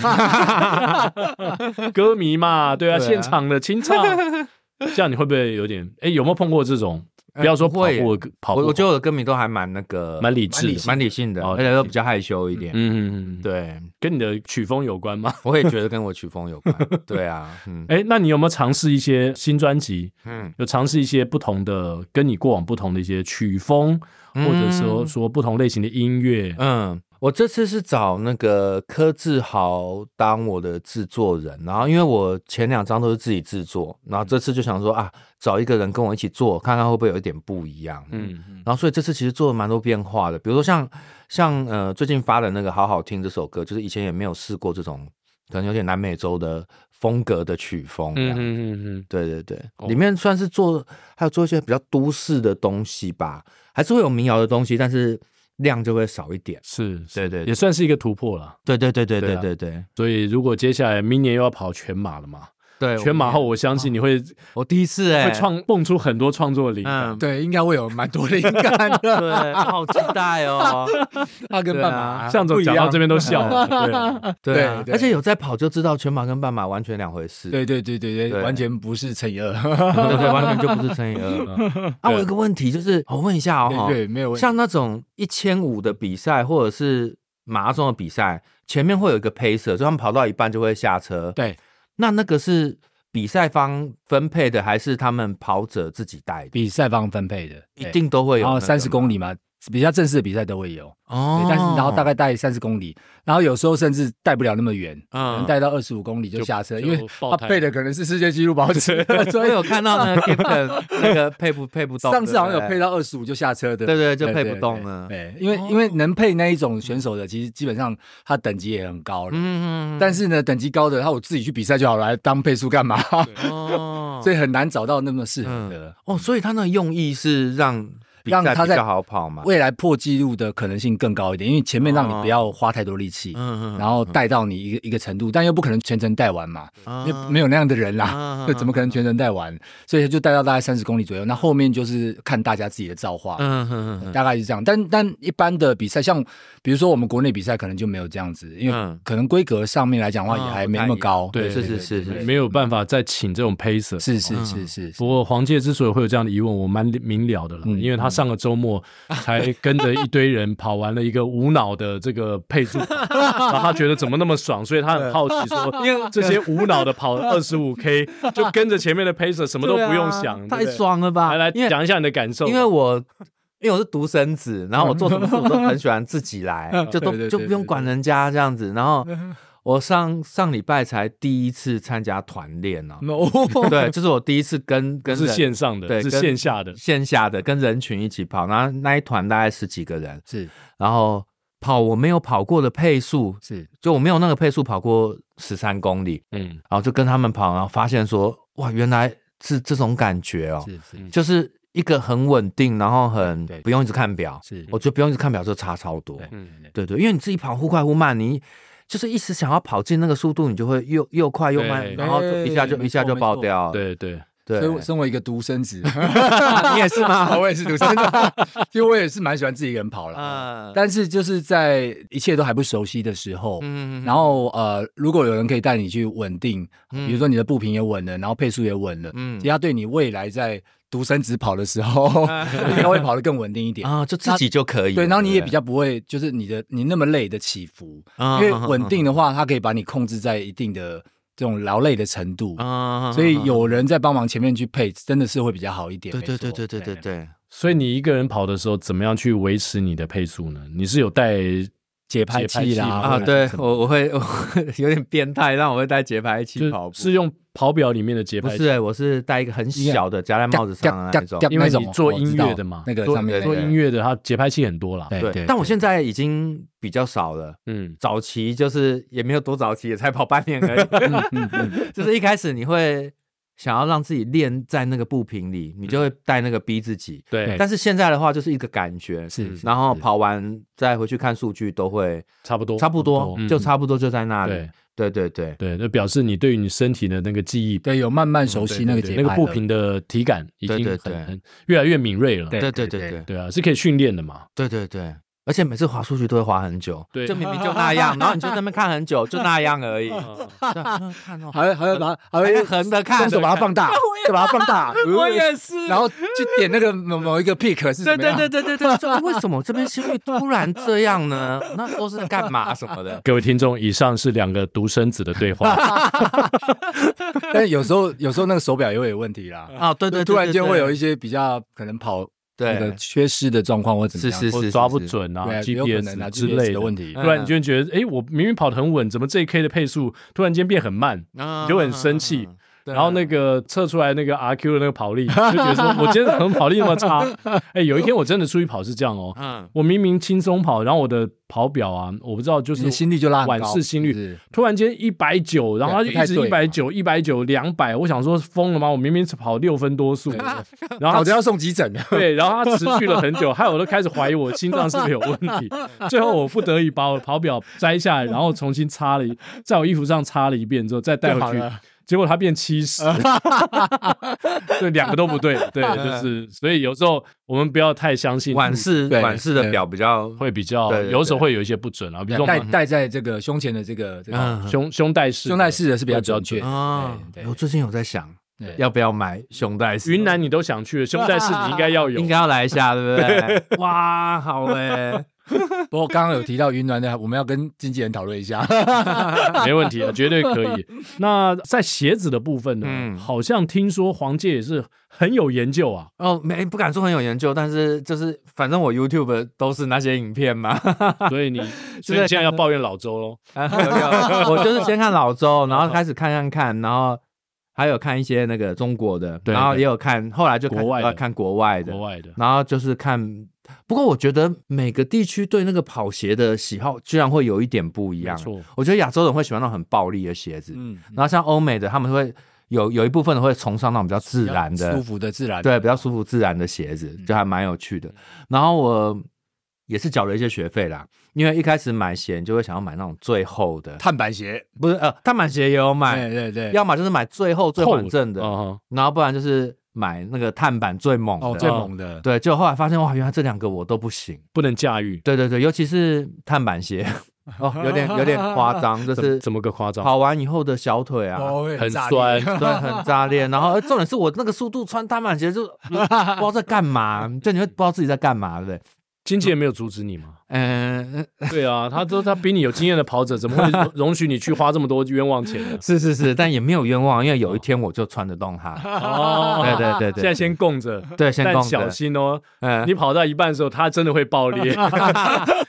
[SPEAKER 1] 歌迷嘛，对啊，
[SPEAKER 4] 对啊
[SPEAKER 1] 现场的清唱， 这样你会不会有点？哎，有没有碰过这种？不要说
[SPEAKER 4] 呃不
[SPEAKER 1] 跑
[SPEAKER 4] 会
[SPEAKER 1] 步的，跑步
[SPEAKER 4] 我我觉得我的歌迷都还蛮那个
[SPEAKER 1] 蛮理智的
[SPEAKER 4] 蛮理性的，
[SPEAKER 1] 哦
[SPEAKER 4] 而且都比较害羞一点。
[SPEAKER 1] 嗯嗯嗯，嗯，
[SPEAKER 4] 对，
[SPEAKER 1] 跟你的曲风有关吗？
[SPEAKER 4] 我也觉得跟我曲风有关。对啊，嗯
[SPEAKER 1] 哎，那你有没有尝试一些新专辑？
[SPEAKER 4] 嗯，
[SPEAKER 1] 有尝试一些不同的，跟你过往不同的一些曲风，或者说
[SPEAKER 4] 嗯
[SPEAKER 1] 说不同类型的音乐？
[SPEAKER 4] 嗯，我这次是找那个柯志豪当我的制作人，然后因为我前两张都是自己制作，然后
[SPEAKER 1] 嗯
[SPEAKER 4] 这次就想说啊，找一个人跟我一起做，看看会不会有一点不一样。嗯，
[SPEAKER 1] 嗯嗯
[SPEAKER 4] 然后所以这次其实做了蛮多变化的，比如说像像呃最近发的那个《好好听》这首歌，就是以前也没有试过这种可能有点南美洲的风格的曲风这
[SPEAKER 1] 嗯
[SPEAKER 4] 样。
[SPEAKER 1] 嗯嗯
[SPEAKER 4] 对对对，
[SPEAKER 1] 哦
[SPEAKER 4] 里面算是做还有做一些比较都市的东西吧，还是会有民谣的东西，但是量就会少一点。
[SPEAKER 1] 是，是
[SPEAKER 4] 对对
[SPEAKER 1] 也算是一个突破了。
[SPEAKER 4] 对对对对
[SPEAKER 1] 对
[SPEAKER 4] 对
[SPEAKER 1] 啊
[SPEAKER 4] 对对
[SPEAKER 1] 所以，如果接下来明年又要跑全马了嘛，
[SPEAKER 4] 对
[SPEAKER 1] 全马后，我相信你会
[SPEAKER 4] 我第一次哎、
[SPEAKER 1] 会创蹦出很多创作灵感。
[SPEAKER 4] 嗯
[SPEAKER 2] 对，应该会有蛮多灵感的。
[SPEAKER 4] 对，啊好期待哦。
[SPEAKER 2] 他跟
[SPEAKER 4] 对
[SPEAKER 2] 爸
[SPEAKER 4] 啊
[SPEAKER 2] 爸
[SPEAKER 1] 向
[SPEAKER 2] 不
[SPEAKER 1] 总
[SPEAKER 2] 一
[SPEAKER 1] 讲到
[SPEAKER 2] 样
[SPEAKER 1] 这，边都笑了，对啊，
[SPEAKER 4] 对啊，
[SPEAKER 2] 对
[SPEAKER 4] 而且有在跑就知道全马跟半马完全两回事。
[SPEAKER 2] 对对对对对，
[SPEAKER 4] 对哦
[SPEAKER 2] 完全不是乘以二。
[SPEAKER 4] 对对，完全就不是乘以二。 啊，我有一个问题就是，我问一下哦，
[SPEAKER 2] 对对没有问题
[SPEAKER 4] 像那种一千五的比赛或者是马拉松的比赛，前面会有一个 pacer，就他们跑到一半就会下车。
[SPEAKER 2] 对，
[SPEAKER 4] 那那个是比赛方分配的，还是他们跑者自己带的？
[SPEAKER 2] 比赛方分配的，
[SPEAKER 4] 一
[SPEAKER 2] 对
[SPEAKER 4] 定都会有
[SPEAKER 2] 然
[SPEAKER 4] 那
[SPEAKER 2] 后
[SPEAKER 4] 个
[SPEAKER 2] 三十
[SPEAKER 4] 吗
[SPEAKER 2] 公里嘛，比较正式的比赛都会有。
[SPEAKER 4] 哦
[SPEAKER 2] 对，，但是然后大概带三十公里，然后有时候甚至带不了那么远，
[SPEAKER 4] 嗯
[SPEAKER 2] 可能带到二十五公里就
[SPEAKER 1] 就
[SPEAKER 2] 下车，
[SPEAKER 1] 就
[SPEAKER 2] 因为
[SPEAKER 1] 爆
[SPEAKER 2] 他
[SPEAKER 1] 胎
[SPEAKER 2] 背的可能是世界纪录保持，
[SPEAKER 4] 我
[SPEAKER 2] 所以
[SPEAKER 4] 有看到那个 Kip 的那个配不配不动，
[SPEAKER 2] 上次好像
[SPEAKER 4] 对
[SPEAKER 2] 有
[SPEAKER 4] 不对
[SPEAKER 2] 配到二十五就下车的，
[SPEAKER 4] 对对就配
[SPEAKER 2] 对
[SPEAKER 4] 不动了哦
[SPEAKER 2] 对，对因为因为能配那一种选手的，其实基本上他等级也很高了，
[SPEAKER 4] 嗯，嗯嗯
[SPEAKER 2] 但是呢，等级高的，他我自己去比赛就好了，来当配速干嘛？
[SPEAKER 4] 哦，
[SPEAKER 2] 所以很难找到那么适合的。
[SPEAKER 4] 哦，所以他那个用意是让比
[SPEAKER 2] 让
[SPEAKER 4] 赛
[SPEAKER 2] 他
[SPEAKER 4] 比
[SPEAKER 2] 在
[SPEAKER 4] 较好跑嘛，
[SPEAKER 2] 未来破纪录的可能性更高一点，因为前面让你不要花太多力气，
[SPEAKER 4] 嗯嗯
[SPEAKER 2] 然后带到你一个一个程度，但又不可能全程带完嘛，因为没
[SPEAKER 4] 有
[SPEAKER 2] 有那样的人
[SPEAKER 4] 嗯
[SPEAKER 2] 啦
[SPEAKER 4] 嗯，
[SPEAKER 2] 啊那怎么可能全程带完？所以就带到大概三十公里左右，那后面就是看大家自己的造化。
[SPEAKER 4] 嗯嗯嗯
[SPEAKER 2] 大概是这样，但但一般的比赛，像比如说我们国内比赛，可能就没有这样子，因
[SPEAKER 4] 嗯
[SPEAKER 2] 为可能规格上面来讲的话，也
[SPEAKER 4] 哦
[SPEAKER 2] 还
[SPEAKER 4] 不
[SPEAKER 2] 没
[SPEAKER 4] 太
[SPEAKER 2] 那么
[SPEAKER 4] 一样
[SPEAKER 2] 高。
[SPEAKER 1] 对
[SPEAKER 4] 是是是
[SPEAKER 1] 没有办法再请这种 pacer。
[SPEAKER 2] 是是是是是
[SPEAKER 1] 不过黄介之所以会有这样的疑问，我蛮明了的了，
[SPEAKER 2] 嗯
[SPEAKER 1] 因为他上个周末才跟着一堆人跑完了一个无脑的这个配速 跑，然后他觉得怎么那么爽，所以他很好奇说，因为这些无脑的跑二十五 K，就跟着前面的 pacer 什么都不用想，
[SPEAKER 4] 啊太
[SPEAKER 1] 对不对。
[SPEAKER 4] 爽了吧？
[SPEAKER 1] 来来
[SPEAKER 4] 因为
[SPEAKER 1] 讲一下你的感受，
[SPEAKER 4] 因为我。因为我是独生子， 然后我做什么事我都很喜欢自己来，
[SPEAKER 1] 哦
[SPEAKER 4] 就都
[SPEAKER 2] 对对对
[SPEAKER 4] 就不用管人家这样子。然后我上上礼拜才第一次参加团练哦，对，这是我第一次跟
[SPEAKER 1] 不
[SPEAKER 4] 跟
[SPEAKER 1] 是
[SPEAKER 4] 人
[SPEAKER 1] 线上的，
[SPEAKER 4] 对
[SPEAKER 1] 是
[SPEAKER 4] 跟
[SPEAKER 1] 线下的，
[SPEAKER 4] 线下的跟人群一起跑，然后那一团大概十几个人，
[SPEAKER 2] 是
[SPEAKER 4] 然后跑我没有跑过的配速，
[SPEAKER 2] 是，
[SPEAKER 4] 就我没有那个配速跑过十三公里，
[SPEAKER 1] 嗯，
[SPEAKER 4] 然后就跟他们跑，然后发现说，哇，原来是这种感觉哦，
[SPEAKER 2] 是
[SPEAKER 1] 嗯
[SPEAKER 2] 是
[SPEAKER 4] 就是一个很稳定，然后很
[SPEAKER 2] 对
[SPEAKER 4] 不用一直看表，
[SPEAKER 2] 是
[SPEAKER 4] 我觉得不用一直看表就差超多，
[SPEAKER 2] 对
[SPEAKER 1] 嗯
[SPEAKER 4] 对对，因为你自己跑忽快忽慢，你。就是一直想要跑进那个速度，你就会又又快又慢
[SPEAKER 1] 对，
[SPEAKER 4] 然后就一下就
[SPEAKER 2] 对
[SPEAKER 4] 一下就
[SPEAKER 2] 没错
[SPEAKER 4] 爆
[SPEAKER 2] 没错
[SPEAKER 4] 掉了。
[SPEAKER 1] 对对，
[SPEAKER 4] 对，
[SPEAKER 2] 所以我身为一个独生子，
[SPEAKER 4] 你也是 吗？
[SPEAKER 2] 我也是独生子，其实我也是蛮喜欢自己一个人跑了。啊
[SPEAKER 4] 嗯
[SPEAKER 2] 但是就是在一切都还不熟悉的时候，
[SPEAKER 4] 嗯
[SPEAKER 2] 然后呃，如果有人可以带你去稳定，
[SPEAKER 4] 嗯
[SPEAKER 2] 比如说你的步频也稳了，然后配速也稳了，
[SPEAKER 4] 嗯
[SPEAKER 2] 其实他对你未来在独生子跑的时候，应该会跑得更稳定一点。
[SPEAKER 4] 嗯啊，就自己就可以了，
[SPEAKER 2] 对，然后你也比
[SPEAKER 4] 较
[SPEAKER 2] 较不会，就是你的你那么累的起伏，
[SPEAKER 4] 啊
[SPEAKER 2] 因为稳定的话，它可以把你控制在一定的这种劳累的程度，
[SPEAKER 4] 啊
[SPEAKER 2] 所以有人在帮忙前面去配，真的是会比较好一点。
[SPEAKER 4] 对对对
[SPEAKER 2] 没错
[SPEAKER 4] 对对对对，
[SPEAKER 1] 所以你一个人跑的时候，怎么样去维持你的配速呢？你是有带
[SPEAKER 2] 节拍器啦
[SPEAKER 4] 啊，
[SPEAKER 2] 或者
[SPEAKER 4] 对
[SPEAKER 2] 是什么
[SPEAKER 1] 哦
[SPEAKER 4] 我我会我会 有点变态，让我会带节拍器跑
[SPEAKER 1] 就
[SPEAKER 4] 步，
[SPEAKER 1] 是用跑表里面的节
[SPEAKER 4] 不
[SPEAKER 1] 拍器
[SPEAKER 4] 是欸？我是带一个很小的夹在帽子上啊的那
[SPEAKER 2] 嘎
[SPEAKER 4] 种
[SPEAKER 2] 嘎嘎。
[SPEAKER 1] 啊因为
[SPEAKER 2] 那
[SPEAKER 1] 你
[SPEAKER 2] 种
[SPEAKER 1] 做
[SPEAKER 2] 我
[SPEAKER 1] 音
[SPEAKER 2] 知道
[SPEAKER 1] 乐的嘛，
[SPEAKER 2] 那个
[SPEAKER 1] 做
[SPEAKER 2] 上面
[SPEAKER 1] 做
[SPEAKER 2] 那个
[SPEAKER 1] 音乐的，它节拍器很多啦。
[SPEAKER 2] 对
[SPEAKER 4] 对，但我现在已经比较少了。
[SPEAKER 1] 嗯，
[SPEAKER 4] 早期就是也没有多早期，也才跑半年而已。 就是一开始你会想要让自己练在那个步频里，你就会带那个逼自己。
[SPEAKER 1] 对，
[SPEAKER 4] 但是现在的话，就是一个感觉，嗯
[SPEAKER 2] 是
[SPEAKER 4] 然后跑完再回去看数据，都会
[SPEAKER 1] 差不多，
[SPEAKER 4] 差不多
[SPEAKER 1] 嗯，
[SPEAKER 4] 就差不多就在那里
[SPEAKER 1] 对。
[SPEAKER 4] 对对对，
[SPEAKER 1] 对，那表示你对于你身体的那个记忆，
[SPEAKER 2] 对有慢慢熟悉那个
[SPEAKER 1] 嗯对
[SPEAKER 2] 节
[SPEAKER 1] 那
[SPEAKER 2] 拍
[SPEAKER 1] 个
[SPEAKER 2] 了，
[SPEAKER 1] 步频的体感已经
[SPEAKER 4] 对对
[SPEAKER 1] 很
[SPEAKER 4] 对
[SPEAKER 1] 很越来越敏锐了。
[SPEAKER 2] 对
[SPEAKER 4] 对对对对
[SPEAKER 1] 对啊，是可以训练的嘛？
[SPEAKER 4] 对对对，而且每次滑数据都会滑很久，
[SPEAKER 1] 对
[SPEAKER 4] 就明 明就那样，然后你就在那边看很久，就那样而已。对啊看哦，
[SPEAKER 2] 还会还会把还
[SPEAKER 4] 还
[SPEAKER 2] 会
[SPEAKER 4] 会横着看
[SPEAKER 2] 双嗯手把它放大， 对，把它放大，
[SPEAKER 4] 我也是。
[SPEAKER 2] 然后去点那个某某一个 pick 是
[SPEAKER 4] 对
[SPEAKER 2] 怎么
[SPEAKER 4] 对
[SPEAKER 2] 样？
[SPEAKER 4] 对对对对，说哎为什么这边心率突然这样呢？那都是干嘛什么的？
[SPEAKER 1] 各位听众，以上是两个独生子的对 话，
[SPEAKER 2] 但是有时候有时候那个手表也会有问题
[SPEAKER 1] 嗯
[SPEAKER 2] 啦，
[SPEAKER 4] 啊，对对，对
[SPEAKER 2] 突然间会有
[SPEAKER 4] 对
[SPEAKER 2] 一些比较可能跑那个
[SPEAKER 4] 对，
[SPEAKER 2] 缺失的状况或怎么
[SPEAKER 4] 是
[SPEAKER 2] 样，
[SPEAKER 4] 是
[SPEAKER 1] 或
[SPEAKER 4] 是
[SPEAKER 1] 抓不
[SPEAKER 4] 是
[SPEAKER 1] 准
[SPEAKER 2] 对
[SPEAKER 1] 啊
[SPEAKER 2] 啊有可能
[SPEAKER 1] ，GPS
[SPEAKER 2] 啊
[SPEAKER 1] 之类
[SPEAKER 2] GPS 的问题
[SPEAKER 1] 突然你就会觉得，哎，我明明跑得很稳，怎么这一 K 的配速突然间变很慢？
[SPEAKER 4] 你
[SPEAKER 2] 嗯
[SPEAKER 1] 你就很生气。
[SPEAKER 4] 对
[SPEAKER 1] 然后
[SPEAKER 2] 啊
[SPEAKER 1] 那个测出来那个 RQ 的那个跑力，就觉得说我今天怎么跑力那么差？ 哎，有一天我真的出去跑是这样哦，
[SPEAKER 4] 嗯，
[SPEAKER 1] 我明明轻松跑，然后我的跑表啊，我不知道就
[SPEAKER 2] 你
[SPEAKER 1] 是
[SPEAKER 2] 的心率就拉很高
[SPEAKER 1] 晚市心率
[SPEAKER 2] 是
[SPEAKER 1] 突然间一百九，然后他就一直
[SPEAKER 2] 对不太
[SPEAKER 1] 一
[SPEAKER 2] 对嘛
[SPEAKER 1] 百九、一百九、两百，我想说疯了吗？我明明是跑六分多速，然后
[SPEAKER 2] 搞
[SPEAKER 1] 他
[SPEAKER 2] 得要送急诊了。
[SPEAKER 1] 对，然后他持续了很久，害我都开始怀疑我心脏是不是有问题。最后我不得已把我跑表摘下来，然后重新擦了一，在我衣服上擦了一遍之后再带
[SPEAKER 2] 就好
[SPEAKER 1] 回去
[SPEAKER 2] 了，
[SPEAKER 1] 结果它变七十，对，两个都不对，对，就是所以有时候我们不要太相信
[SPEAKER 4] 晚市
[SPEAKER 2] 对
[SPEAKER 4] 晚市的
[SPEAKER 2] 对
[SPEAKER 4] 表比较
[SPEAKER 1] 会比较
[SPEAKER 4] 对对，对
[SPEAKER 1] 有时候会有一些不准啊，比如说我
[SPEAKER 2] 戴
[SPEAKER 1] 们
[SPEAKER 2] 戴在这个胸前的这个这个
[SPEAKER 4] 嗯
[SPEAKER 1] 胸胸带式的
[SPEAKER 2] 胸带式的是比较准确
[SPEAKER 1] 嗯
[SPEAKER 4] 啊
[SPEAKER 2] 对，对
[SPEAKER 4] 我最近有在想
[SPEAKER 2] 对
[SPEAKER 4] 要不要买胸带式
[SPEAKER 1] 云 南你都想去了，胸带式你应该要有，
[SPEAKER 4] 应该要来一下，对不对？哇，好哎，
[SPEAKER 2] 不过刚刚有提到云南的，我们要跟经纪人讨论一下。
[SPEAKER 1] 没问题啊，绝对可以。那在鞋子的部分呢，
[SPEAKER 4] 嗯
[SPEAKER 1] 好像听说黄介也是很有研究啊。
[SPEAKER 4] 哦，没不敢说很有研究，但是就是反正我 YouTube 都是那些影 片嘛，
[SPEAKER 1] 所以你，所以你现在要抱怨老周喽。
[SPEAKER 4] 啊有有我就是先看老周，然
[SPEAKER 1] 嗯
[SPEAKER 4] 后开始看看看，然后还有看一些那个中国的，
[SPEAKER 1] 对
[SPEAKER 4] 然后
[SPEAKER 1] 对
[SPEAKER 4] 也有看，后来就看
[SPEAKER 1] 国外的
[SPEAKER 4] 呃看国外的
[SPEAKER 1] 国，外的，
[SPEAKER 4] 然后就是看。不过我觉得每个地区对那个跑鞋的喜好居然会有一点不一
[SPEAKER 1] 没
[SPEAKER 4] 样。
[SPEAKER 1] 错，
[SPEAKER 4] 我觉得亚洲人会喜欢那种很暴力的鞋子，
[SPEAKER 2] 嗯，
[SPEAKER 4] 然后像欧美的他们会有有一部分人会崇尚那种比较自然的、
[SPEAKER 2] 舒服的自然，
[SPEAKER 4] 对，比较舒服自然的鞋子，就还蛮有趣的。然后我也是缴了一些学费啦，因为一开始买鞋你就会想要买那种最厚的，
[SPEAKER 2] 碳板鞋，
[SPEAKER 4] 不是呃碳板鞋也有买，
[SPEAKER 2] 对对对，
[SPEAKER 4] 哎要么就是买最厚最
[SPEAKER 1] 厚
[SPEAKER 4] 缓
[SPEAKER 1] 的
[SPEAKER 4] 正的，
[SPEAKER 1] 嗯
[SPEAKER 4] 然后不然就是买那个碳板最猛的。
[SPEAKER 2] 哦最猛的，
[SPEAKER 4] 对，就后来发现哇，原来这两个我都不行。
[SPEAKER 1] 不能驾驭，
[SPEAKER 4] 对对对，尤其是碳板鞋， 哦，有点有点夸张，就
[SPEAKER 1] 怎么
[SPEAKER 4] 是
[SPEAKER 1] 怎么个夸张？
[SPEAKER 4] 跑完以后的小腿啊，
[SPEAKER 2] 哦会
[SPEAKER 1] 很
[SPEAKER 2] 炸
[SPEAKER 1] 酸
[SPEAKER 2] 裂
[SPEAKER 4] 对，很炸裂。然后呃重点是我那个速度穿单板鞋就不知道在干 嘛，就你会不知道自己在干嘛，对不对？
[SPEAKER 1] 经纪人没有阻止你吗？
[SPEAKER 4] 嗯，
[SPEAKER 1] 对啊，他都他比你有经验的跑者，怎么会 容容许你去花这么多冤枉钱呢？
[SPEAKER 4] 是是是，但也没有冤枉，因为有一天我就穿得动它。
[SPEAKER 1] 哦
[SPEAKER 4] 对对对对，
[SPEAKER 1] 现在先供着，
[SPEAKER 4] 对先
[SPEAKER 1] 但
[SPEAKER 4] 供
[SPEAKER 1] 小
[SPEAKER 4] 着，
[SPEAKER 1] 心哦，
[SPEAKER 4] 嗯
[SPEAKER 1] 你，跑到一半的时候，它真的会爆 裂，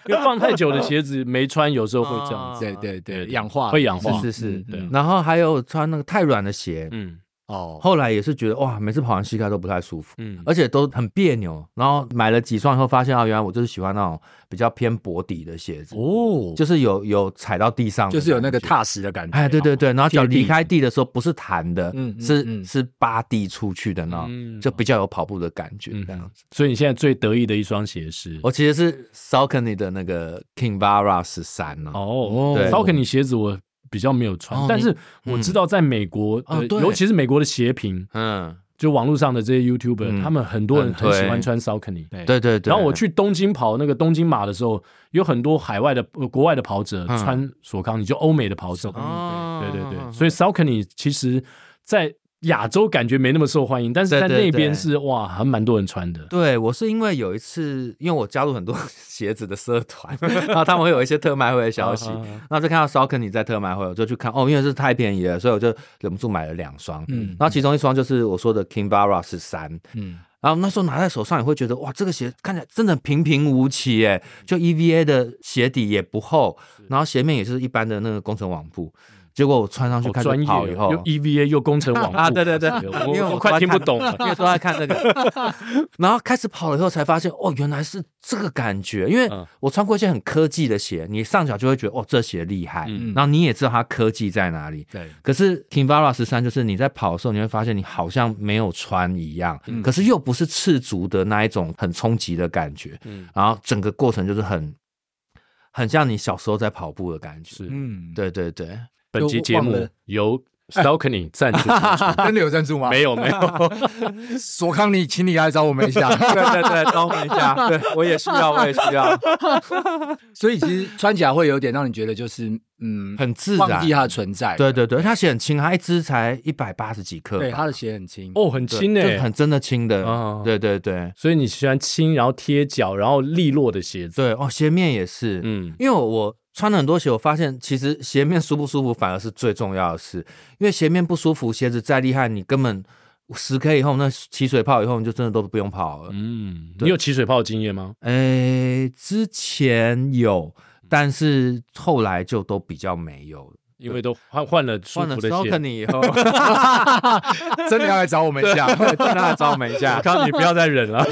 [SPEAKER 1] 因为放太久的鞋子没穿，有时候会这样子，
[SPEAKER 2] 对
[SPEAKER 1] 对
[SPEAKER 2] 对对，
[SPEAKER 1] 对
[SPEAKER 2] 氧化
[SPEAKER 1] 会氧化。
[SPEAKER 4] 哦是是
[SPEAKER 1] 对
[SPEAKER 4] 嗯是。然后还有穿那个太软的鞋，
[SPEAKER 1] 嗯
[SPEAKER 2] 哦，
[SPEAKER 4] 后来也是觉得哇，每次跑完膝盖都不太舒服。
[SPEAKER 1] 嗯，
[SPEAKER 4] 而且都很别扭，然后买了几双以后，发现啊，原来我就是喜欢那种比较偏薄底的鞋子，
[SPEAKER 2] 哦，就
[SPEAKER 4] 就是有有踩到地上的
[SPEAKER 2] 就
[SPEAKER 4] 感觉，
[SPEAKER 2] 是有那个踏实的感觉，
[SPEAKER 4] 哎，对对对，然后脚
[SPEAKER 2] 贴地
[SPEAKER 4] 离开地的时候不是弹的，
[SPEAKER 2] 嗯嗯
[SPEAKER 4] 是
[SPEAKER 2] 嗯
[SPEAKER 4] 是扒地出去的那
[SPEAKER 1] 嗯
[SPEAKER 4] 种，哦就比较有跑步的感觉
[SPEAKER 1] 嗯
[SPEAKER 4] 这样子。
[SPEAKER 1] 所以你现在最得意的一双鞋是
[SPEAKER 4] 我其实是 Saucony 的那个 King Vara 十三呢，
[SPEAKER 1] 哦
[SPEAKER 4] 对
[SPEAKER 1] s a l c o n y 鞋子我比较没有穿
[SPEAKER 4] 哦，
[SPEAKER 1] 但
[SPEAKER 4] 你
[SPEAKER 1] 是我知道在美国，
[SPEAKER 4] 哦
[SPEAKER 1] 呃
[SPEAKER 4] 对
[SPEAKER 1] 尤其是美国的鞋评，
[SPEAKER 4] 嗯，
[SPEAKER 1] 就网络上的这些
[SPEAKER 4] 嗯
[SPEAKER 1] YouTuber，他们很多人很
[SPEAKER 4] 很推
[SPEAKER 1] 喜欢穿 s a l c o n y
[SPEAKER 2] 对
[SPEAKER 4] 对对对。
[SPEAKER 1] 然后我，去东京跑那个东京马的时候，有很多海外的、呃、国外的跑者
[SPEAKER 4] 嗯
[SPEAKER 1] 穿索康尼，就欧美的跑者。
[SPEAKER 4] 哦
[SPEAKER 1] 嗯对对对，所以 Saucony 其实，在亚洲感觉没那么受欢迎，但是在
[SPEAKER 4] 对对
[SPEAKER 1] 那
[SPEAKER 4] 对
[SPEAKER 1] 边是哇，还蛮多人穿的。
[SPEAKER 4] 对我是因为有一次，因为我加入很多 鞋子的社团， 然后他们会有一些特卖会的消息，
[SPEAKER 1] 啊
[SPEAKER 4] 然后就看到 Saucony 在特卖会，我就去看，哦，因为是太便宜了，所以我就忍不住买了两双，
[SPEAKER 2] 嗯
[SPEAKER 4] 然后其中一双就是我说的 King Vara 十三，
[SPEAKER 2] 嗯，
[SPEAKER 4] 然后那时候拿在手上，也会觉得哇，这个鞋看起来真的平平无奇哎，
[SPEAKER 1] 嗯
[SPEAKER 4] 就 EVA 的鞋底也不厚，然后鞋面也是一般的那个工程网布。结果我穿上去
[SPEAKER 1] 好
[SPEAKER 4] 开
[SPEAKER 1] 专
[SPEAKER 4] 始
[SPEAKER 1] 业
[SPEAKER 4] 跑
[SPEAKER 1] 哦，
[SPEAKER 4] 以后
[SPEAKER 1] 又，EVA 又工程网
[SPEAKER 4] 啊对对对因为
[SPEAKER 1] 我
[SPEAKER 4] 我
[SPEAKER 1] 我快听不
[SPEAKER 4] 看
[SPEAKER 1] 懂了。
[SPEAKER 4] 因为都在看这 个，然后开始跑了以后才发现，哦，原来是这个感觉。因为
[SPEAKER 1] 嗯
[SPEAKER 4] 我穿过一些很科技的鞋，你上脚就会觉得，哦，这鞋厉害，
[SPEAKER 1] 嗯
[SPEAKER 4] 然后你也知道它科技在哪里。
[SPEAKER 2] 对，
[SPEAKER 4] 可是 Kinvara 十三就是你在跑的时候，你会发现你好像没有穿一样，可是又不是赤足的那一种很冲击的感觉，
[SPEAKER 1] 嗯，
[SPEAKER 4] 然后整个过程就是很很像你小时候在跑步的感觉。
[SPEAKER 1] 是
[SPEAKER 2] 嗯，
[SPEAKER 4] 对对对，
[SPEAKER 1] 本期节
[SPEAKER 2] 就忘
[SPEAKER 1] 目
[SPEAKER 2] 了
[SPEAKER 1] 由
[SPEAKER 4] 哎
[SPEAKER 1] Saucony 赞助播 出，
[SPEAKER 2] 真的有赞助吗？
[SPEAKER 1] 没有没有，
[SPEAKER 2] 索康尼，请你来找我们一 下。
[SPEAKER 4] 对对对，等我一下，对我也需要，我也需要，
[SPEAKER 2] 所以其实穿起来会有点让你觉得就是嗯，
[SPEAKER 4] 很自
[SPEAKER 2] 忘
[SPEAKER 4] 然
[SPEAKER 2] 记。它的存在。
[SPEAKER 4] 对对对，它鞋很轻，它一只才一百八十几克吧，
[SPEAKER 2] 对，它的鞋很轻。
[SPEAKER 1] 哦，很
[SPEAKER 4] 对
[SPEAKER 1] 轻
[SPEAKER 4] 就是
[SPEAKER 1] 诶
[SPEAKER 4] 很。真的轻的
[SPEAKER 1] 哦。
[SPEAKER 4] 对对对
[SPEAKER 1] 所以你喜欢轻，然后贴脚，然后利落的鞋子。
[SPEAKER 4] 对，哦，鞋面也是，
[SPEAKER 1] 嗯，
[SPEAKER 4] 因为我穿了很多鞋，我发现其实鞋面舒不舒服反而是最重要的事，因为鞋面不舒服，鞋子再厉害，你根本十 K 以后那起水泡以后，你就真的都不用跑了。
[SPEAKER 1] 嗯，你
[SPEAKER 4] 对
[SPEAKER 1] 有起水泡的经验吗？
[SPEAKER 4] 诶、之前有，
[SPEAKER 1] 嗯
[SPEAKER 4] 但是后来就都比较没有了。
[SPEAKER 1] 因为都换换了舒
[SPEAKER 4] 换了
[SPEAKER 1] 服的
[SPEAKER 4] s o
[SPEAKER 1] 鞋
[SPEAKER 4] c，n 以后，
[SPEAKER 2] 真的要来找我们一下。
[SPEAKER 4] 真的找我们 一下。
[SPEAKER 1] 刚你不要再忍了。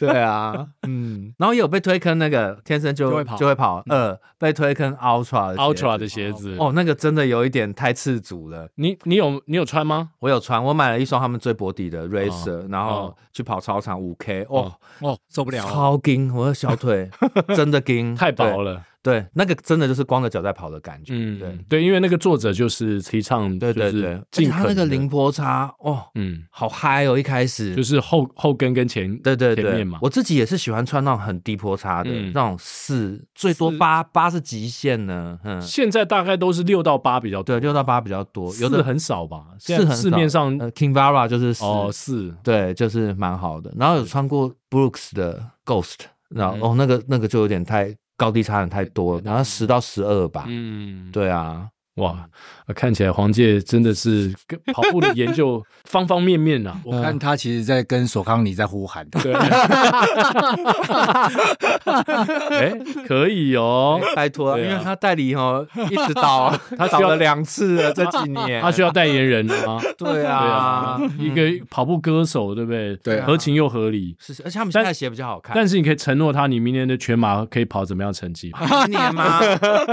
[SPEAKER 4] 对啊，嗯，然后也有被推坑那个天生就
[SPEAKER 2] 就会跑
[SPEAKER 4] 就会跑，呃，被推坑 Ultra 的
[SPEAKER 1] 嗯
[SPEAKER 4] 鞋
[SPEAKER 1] Ultra
[SPEAKER 4] 子
[SPEAKER 1] 的鞋子，
[SPEAKER 4] 哦，那个真的有一点太赤足了。
[SPEAKER 1] 你你有你有穿吗？
[SPEAKER 4] 我有穿，我买了一双他们最薄底
[SPEAKER 1] 哦
[SPEAKER 4] 的 Racer，、然后去跑操场五 K，哦，
[SPEAKER 2] 哦，受不了了。
[SPEAKER 4] 超硬，我的小腿真的硬，
[SPEAKER 1] 太薄了，
[SPEAKER 4] 嗯对。对，那个真的就是光着脚在跑的感觉，
[SPEAKER 1] 嗯，
[SPEAKER 4] 对
[SPEAKER 1] 对，因为那个作者就是提倡，
[SPEAKER 4] 对对
[SPEAKER 1] 就
[SPEAKER 4] 对
[SPEAKER 1] 是，
[SPEAKER 4] 而且
[SPEAKER 1] 尽
[SPEAKER 4] 它
[SPEAKER 1] 可
[SPEAKER 4] 那个
[SPEAKER 1] 能的
[SPEAKER 4] 零，坡差，哦，
[SPEAKER 1] 嗯，
[SPEAKER 4] 好嗨哦，一开始
[SPEAKER 1] 就是后后跟跟前，
[SPEAKER 4] 对对
[SPEAKER 1] 前
[SPEAKER 4] 对
[SPEAKER 1] 面嘛，
[SPEAKER 4] 我自己也是喜欢穿那种很低坡差的，
[SPEAKER 1] 嗯
[SPEAKER 4] 那种四最多八八是极限呢，嗯，
[SPEAKER 1] 现在大概都是六到八比较多，
[SPEAKER 4] 对，六到八比较多，有
[SPEAKER 1] 有的
[SPEAKER 4] 的
[SPEAKER 1] 很少吧？
[SPEAKER 4] 四
[SPEAKER 1] 现在
[SPEAKER 4] 很
[SPEAKER 1] 市
[SPEAKER 4] 少
[SPEAKER 1] 面上
[SPEAKER 4] 呃 King Vara 就是四、
[SPEAKER 1] 哦四，
[SPEAKER 4] 对，就是蛮好的。然后有穿过 Brooks 的 Ghost，然后、哦那个那个就有点太高低差很太多了，然后十到十二吧，
[SPEAKER 1] 嗯，
[SPEAKER 4] 对啊，
[SPEAKER 1] 哇，呃看起来黄介真的是跟跑步的研究方方面面啊。
[SPEAKER 2] 我看他其实在跟索康尼在呼喊，
[SPEAKER 1] 对，哎，可以哦，
[SPEAKER 4] 拜托，
[SPEAKER 1] 对啊
[SPEAKER 4] 因为他代理哦一直倒， 他
[SPEAKER 1] 需要
[SPEAKER 4] 倒了两次了这 几年，
[SPEAKER 1] 他需要代言人吗？
[SPEAKER 4] 对
[SPEAKER 1] 对
[SPEAKER 4] 啊
[SPEAKER 1] 啊，，一个跑步歌手，对不对？
[SPEAKER 2] 对啊
[SPEAKER 1] 合情又合理。
[SPEAKER 4] 是，是而且他们
[SPEAKER 1] 但
[SPEAKER 4] 现在鞋比较好看，
[SPEAKER 1] 但是你可以承诺他，你明年的全马可以跑怎么样成绩？
[SPEAKER 4] 明年 吗？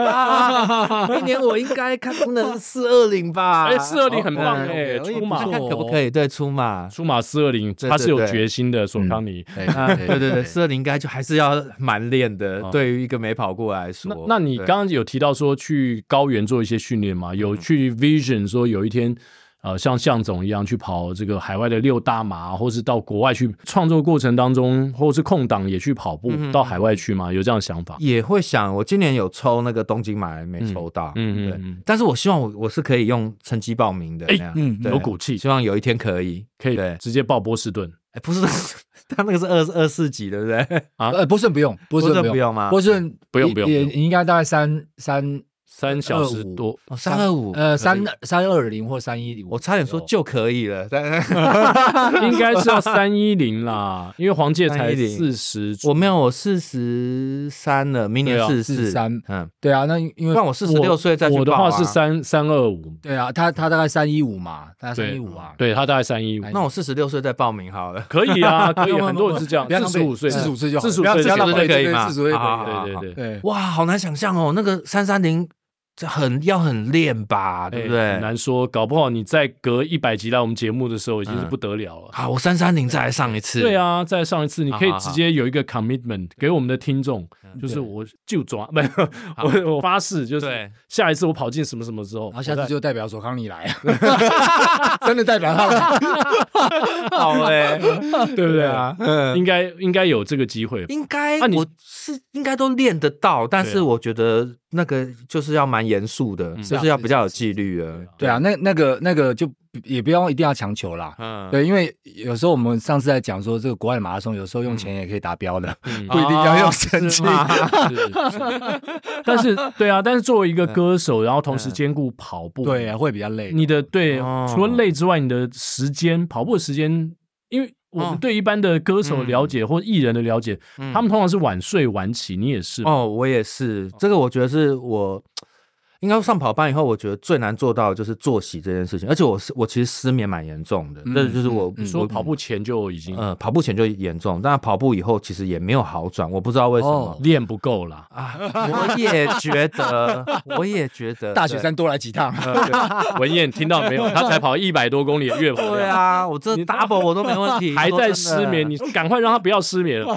[SPEAKER 4] 啊明年我应该看不能四二哦零吧？
[SPEAKER 1] 哎420很棒
[SPEAKER 4] 嗯
[SPEAKER 1] 哎
[SPEAKER 4] 可以
[SPEAKER 1] 出马
[SPEAKER 4] 看可不可以？对，出马。
[SPEAKER 1] 出马四二零，
[SPEAKER 4] 对
[SPEAKER 1] 他是有
[SPEAKER 4] 对对
[SPEAKER 1] 决心的，索康尼。
[SPEAKER 2] 哎
[SPEAKER 4] 啊，对对对，四二零应该就还是要蛮练的
[SPEAKER 1] 哦，
[SPEAKER 4] 对于一个没跑过来
[SPEAKER 1] 那
[SPEAKER 4] 说。
[SPEAKER 1] 那你
[SPEAKER 4] 对
[SPEAKER 1] 刚刚有提到说去高原做一些训练嘛？
[SPEAKER 2] 嗯
[SPEAKER 1] 有去 Vision 说有一天，呃，像向总一样去跑这个海外的六大马，或是到国外去创作过程当中，或是空档也去跑步、
[SPEAKER 4] 嗯
[SPEAKER 1] 到海外去吗？有这样的想法？
[SPEAKER 4] 也会想，我今年有抽那个东京马，没抽到，
[SPEAKER 1] 嗯嗯
[SPEAKER 4] 嗯
[SPEAKER 1] 嗯嗯
[SPEAKER 4] 对。但是我希望我我是可以用成绩报名的
[SPEAKER 1] 哎
[SPEAKER 4] 那样，
[SPEAKER 2] 嗯
[SPEAKER 4] 对
[SPEAKER 1] 有骨气
[SPEAKER 4] 希望有一天可以，
[SPEAKER 1] 可以
[SPEAKER 4] 对，
[SPEAKER 1] 直接报波士顿
[SPEAKER 4] 哎不是 他那个是二二四级，对不对？
[SPEAKER 2] 呃，波顺不用，波
[SPEAKER 4] 不是
[SPEAKER 2] 顺
[SPEAKER 4] 不
[SPEAKER 2] 用，
[SPEAKER 4] 用吗？
[SPEAKER 2] 波顺
[SPEAKER 1] 啊不用不用不
[SPEAKER 2] 也
[SPEAKER 1] 用
[SPEAKER 2] 也应该大概三三
[SPEAKER 1] 三小时多，
[SPEAKER 4] 哦325
[SPEAKER 2] 呃，
[SPEAKER 4] 可
[SPEAKER 2] 三
[SPEAKER 4] 以
[SPEAKER 2] 三二零或三一五，
[SPEAKER 4] 我差点说就可以了，但
[SPEAKER 1] 应该是要三一零啦，因为黄介才
[SPEAKER 4] 310
[SPEAKER 1] 四十，
[SPEAKER 4] 我没有，我四十三了，明年
[SPEAKER 1] 对啊
[SPEAKER 4] 四十
[SPEAKER 2] 43
[SPEAKER 4] 嗯，
[SPEAKER 2] 对啊，那因因
[SPEAKER 4] 不
[SPEAKER 2] 为
[SPEAKER 4] 然我四十六岁再去
[SPEAKER 1] 我的
[SPEAKER 4] 报
[SPEAKER 1] 话
[SPEAKER 4] 啊
[SPEAKER 1] 是，三三二五，
[SPEAKER 2] 对啊，他他大概三一五嘛，大概三一
[SPEAKER 1] 对
[SPEAKER 2] 五啊，
[SPEAKER 1] 对他大概三一五，
[SPEAKER 4] 那我四十六岁再报名好了。
[SPEAKER 1] 可以 啊，可以，
[SPEAKER 2] 不要
[SPEAKER 1] 很多人是这样
[SPEAKER 2] 不要，浪
[SPEAKER 1] 四
[SPEAKER 2] 费
[SPEAKER 1] 十五岁，嗯
[SPEAKER 2] 四十五岁就好
[SPEAKER 1] 四十五
[SPEAKER 2] 不要
[SPEAKER 1] 岁
[SPEAKER 2] 这样
[SPEAKER 1] 就
[SPEAKER 2] 浪
[SPEAKER 1] 是
[SPEAKER 2] 费
[SPEAKER 1] 这
[SPEAKER 4] 可
[SPEAKER 1] 个
[SPEAKER 4] 以吗？
[SPEAKER 2] 四十岁可以
[SPEAKER 4] 好好好
[SPEAKER 1] 对对对，
[SPEAKER 2] 对，
[SPEAKER 4] 哇，好难想象哦，那个三三零这很要很练吧，对不
[SPEAKER 1] 哎
[SPEAKER 4] 对
[SPEAKER 1] 很？难说，搞不好你再隔一百集来我们节目的时候，已经
[SPEAKER 4] 嗯
[SPEAKER 1] 是不得了了。
[SPEAKER 4] 好，我三三零再来上一次。
[SPEAKER 1] 对，啊，再上一次，你可以
[SPEAKER 4] 好好嗯
[SPEAKER 1] 直接有一个 commitment 给我们的听众，就是我就抓， 没有，我我发誓，就是
[SPEAKER 4] 对
[SPEAKER 1] 下一次我跑进什么什么时候，
[SPEAKER 2] 然后下
[SPEAKER 1] 我
[SPEAKER 2] 次
[SPEAKER 1] 再
[SPEAKER 2] 就代表索康尼来，啊 真的代表他来，
[SPEAKER 4] 好哎，
[SPEAKER 1] 对不对
[SPEAKER 4] 对
[SPEAKER 1] 啊？
[SPEAKER 4] 啊，嗯，
[SPEAKER 1] 应该应该有这个机 会吧，
[SPEAKER 4] 应该
[SPEAKER 1] 啊你
[SPEAKER 4] 我是应该都练得到，但
[SPEAKER 1] 对
[SPEAKER 4] 是
[SPEAKER 1] 啊
[SPEAKER 4] 我觉得那个就是要蛮严肃
[SPEAKER 1] 嗯
[SPEAKER 4] 的，就是要比较有纪律的。
[SPEAKER 2] 对啊，那那个那个就也不用一定要强求啦。
[SPEAKER 4] 嗯，
[SPEAKER 2] 对，因为有时候我们上次在讲说，这个国外的马拉松有时候
[SPEAKER 4] 嗯
[SPEAKER 2] 用钱也可以达标的，
[SPEAKER 1] 嗯
[SPEAKER 2] 不一定要用成
[SPEAKER 4] 神
[SPEAKER 2] 绩
[SPEAKER 4] 经。。
[SPEAKER 1] 是 是但是对啊，但是作为一
[SPEAKER 4] 嗯
[SPEAKER 1] 个歌手，然后同时兼顾跑步，
[SPEAKER 2] 对啊，会比较累。
[SPEAKER 1] 你的对，
[SPEAKER 4] 哦
[SPEAKER 1] 除了累之外，你的时间跑步的时间，因为我们
[SPEAKER 4] 哦
[SPEAKER 1] 对一般的歌手了解、或艺人的了解，
[SPEAKER 4] 嗯
[SPEAKER 1] 他们通常是晚睡晚起，你也是吗，
[SPEAKER 4] 哦，我也是，这个我觉得是我应该上跑班以后，我觉得最难做到的就是作息这件事情，而且我是我其实失眠蛮严重的，这就是我
[SPEAKER 1] 你
[SPEAKER 4] 嗯
[SPEAKER 1] 嗯
[SPEAKER 4] 我
[SPEAKER 1] 说跑步前就已经
[SPEAKER 4] 呃跑步前就严重，但跑步以后其实也没有好转，我不知道为什么
[SPEAKER 2] 哦。
[SPEAKER 1] 练不够啦。
[SPEAKER 4] 啊，我也觉得， 我也觉得
[SPEAKER 2] 大雪
[SPEAKER 4] 对
[SPEAKER 2] 山多来几趟，啊
[SPEAKER 4] 呃
[SPEAKER 1] 文燕听到 没有？他才跑一百多公里，越跑越
[SPEAKER 4] 对啊，我这 double 我都没问 题，
[SPEAKER 1] 还
[SPEAKER 4] 说
[SPEAKER 1] 在
[SPEAKER 4] 真的
[SPEAKER 1] 失眠， 你赶快让他不要失眠了。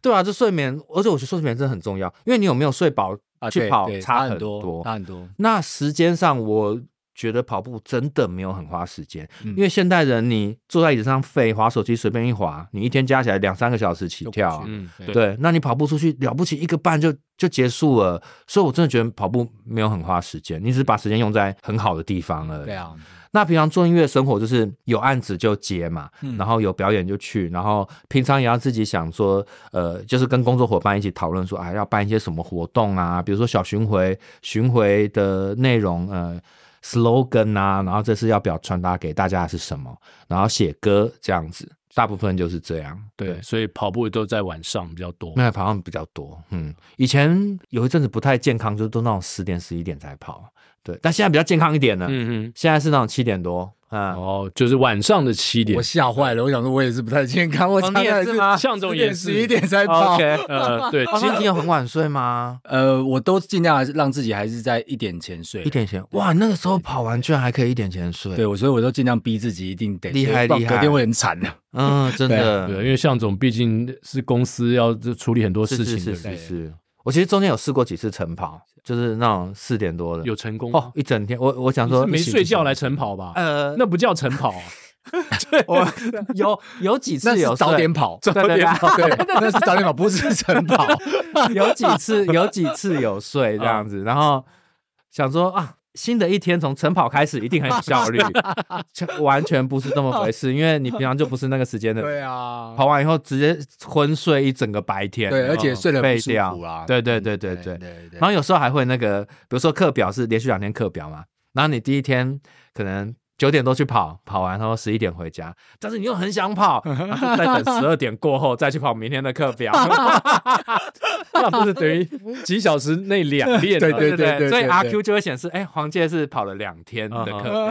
[SPEAKER 4] 对啊，这睡眠，而且我觉得睡眠真的很重要，因为你有没有睡饱
[SPEAKER 2] 啊对
[SPEAKER 4] 去跑
[SPEAKER 2] 对
[SPEAKER 4] 差
[SPEAKER 2] 很
[SPEAKER 4] 多
[SPEAKER 2] 差很多。啊
[SPEAKER 4] 那时间上，我觉得跑步真的没有很花时间，
[SPEAKER 2] 嗯
[SPEAKER 4] 因为现代人你坐在椅子上废，滑手机随便一滑，你一天加起来两三个小时起跳、啊。
[SPEAKER 1] 嗯，
[SPEAKER 2] 对
[SPEAKER 1] 对，
[SPEAKER 4] 对，那你跑步出去了不起一个半就就结束了，所以我真的觉得跑步没有很花时间，你只是把时间用在很好的地方而已。
[SPEAKER 2] 对啊，
[SPEAKER 4] 那平常做音乐生活就是有案子就接嘛，
[SPEAKER 1] 嗯
[SPEAKER 4] 然后有表演就去，然后平常也要自己想说，呃，就是跟工作伙伴一起讨论说，啊，要办一些什么活动啊，比如说小巡回，巡回的内容，呃。slogan 啊，然后这次要表传达给大家的是什么，然后写歌这样子，大部分就是这样。
[SPEAKER 1] 对，所以跑步都在晚上比较多。
[SPEAKER 4] 那跑像比较多，嗯，以前有一阵子不太健康，就是都那种十点十一点才跑，对，但现在比较健康一点了，
[SPEAKER 1] 嗯嗯，
[SPEAKER 4] 现在是那种七点多，嗯，
[SPEAKER 1] 哦，就是晚上的七点
[SPEAKER 2] 我。吓坏了，我想说，我也是不太健康，我
[SPEAKER 4] 哦
[SPEAKER 2] 常
[SPEAKER 4] 你也
[SPEAKER 2] 常
[SPEAKER 4] 是吗
[SPEAKER 1] 向 总也
[SPEAKER 2] 点
[SPEAKER 1] 是
[SPEAKER 2] 十一点才跑。
[SPEAKER 1] 呃，对，
[SPEAKER 4] 哦
[SPEAKER 1] 其
[SPEAKER 4] 那
[SPEAKER 1] 实
[SPEAKER 4] 你有很晚睡吗？
[SPEAKER 2] 呃，我都尽量还是让自己还是在一点前睡
[SPEAKER 4] 一。点前，哇，那个时候跑完居然还可以一点前睡，
[SPEAKER 2] 对，我所以我都尽量逼自己一定得
[SPEAKER 4] 厉害
[SPEAKER 2] 不然
[SPEAKER 4] 厉害
[SPEAKER 2] 隔天会很惨的。
[SPEAKER 4] 嗯，真的，
[SPEAKER 1] 对，因啊为向总毕竟是公司要处理很多
[SPEAKER 4] 是
[SPEAKER 1] 事
[SPEAKER 4] 是
[SPEAKER 1] 情
[SPEAKER 4] 是
[SPEAKER 1] 的人，
[SPEAKER 4] 是是，我其实中间有试过几次晨跑，就是那种四点多的，
[SPEAKER 1] 有成功
[SPEAKER 4] 哦，一整天，我我想
[SPEAKER 1] 你是
[SPEAKER 4] 说
[SPEAKER 1] 没
[SPEAKER 4] 一起
[SPEAKER 1] 睡觉来，晨跑吧？
[SPEAKER 4] 呃，
[SPEAKER 1] 那不叫晨跑啊，
[SPEAKER 4] 我有有几
[SPEAKER 2] 那
[SPEAKER 4] 次有
[SPEAKER 2] 是早
[SPEAKER 4] 睡
[SPEAKER 2] 点跑，
[SPEAKER 4] 对对对，
[SPEAKER 2] 对，那是早点跑，不是晨 跑。
[SPEAKER 1] 嗯
[SPEAKER 4] 有几次有几次有睡这样子，然后想说啊，新的一天从晨跑开始一定很有效 率，完全不是这么回事，因为你平常就不是那个时间 的，
[SPEAKER 2] 对啊，
[SPEAKER 4] 跑完以后直接昏睡一整个白天，哦
[SPEAKER 2] 对，而且睡得
[SPEAKER 4] 废
[SPEAKER 2] 很舒
[SPEAKER 4] 掉
[SPEAKER 2] 服啊，
[SPEAKER 4] 对对对对
[SPEAKER 2] 对
[SPEAKER 4] 对。
[SPEAKER 2] 对对
[SPEAKER 4] 然后有时候还会那个，比如说课表是连续两天课表嘛，然后你第一天可能九点多去跑，跑完然后十一点回家，但是你又很 想跑，然后再等十二点过后再去跑明天的课表，
[SPEAKER 1] 那不是等于几小时内两 练啊
[SPEAKER 2] 对
[SPEAKER 1] 了？
[SPEAKER 2] 对
[SPEAKER 4] 对对
[SPEAKER 2] 对
[SPEAKER 4] 所以
[SPEAKER 2] 对嗯
[SPEAKER 4] RQ 就会显示，哎，黄介是跑了两天的课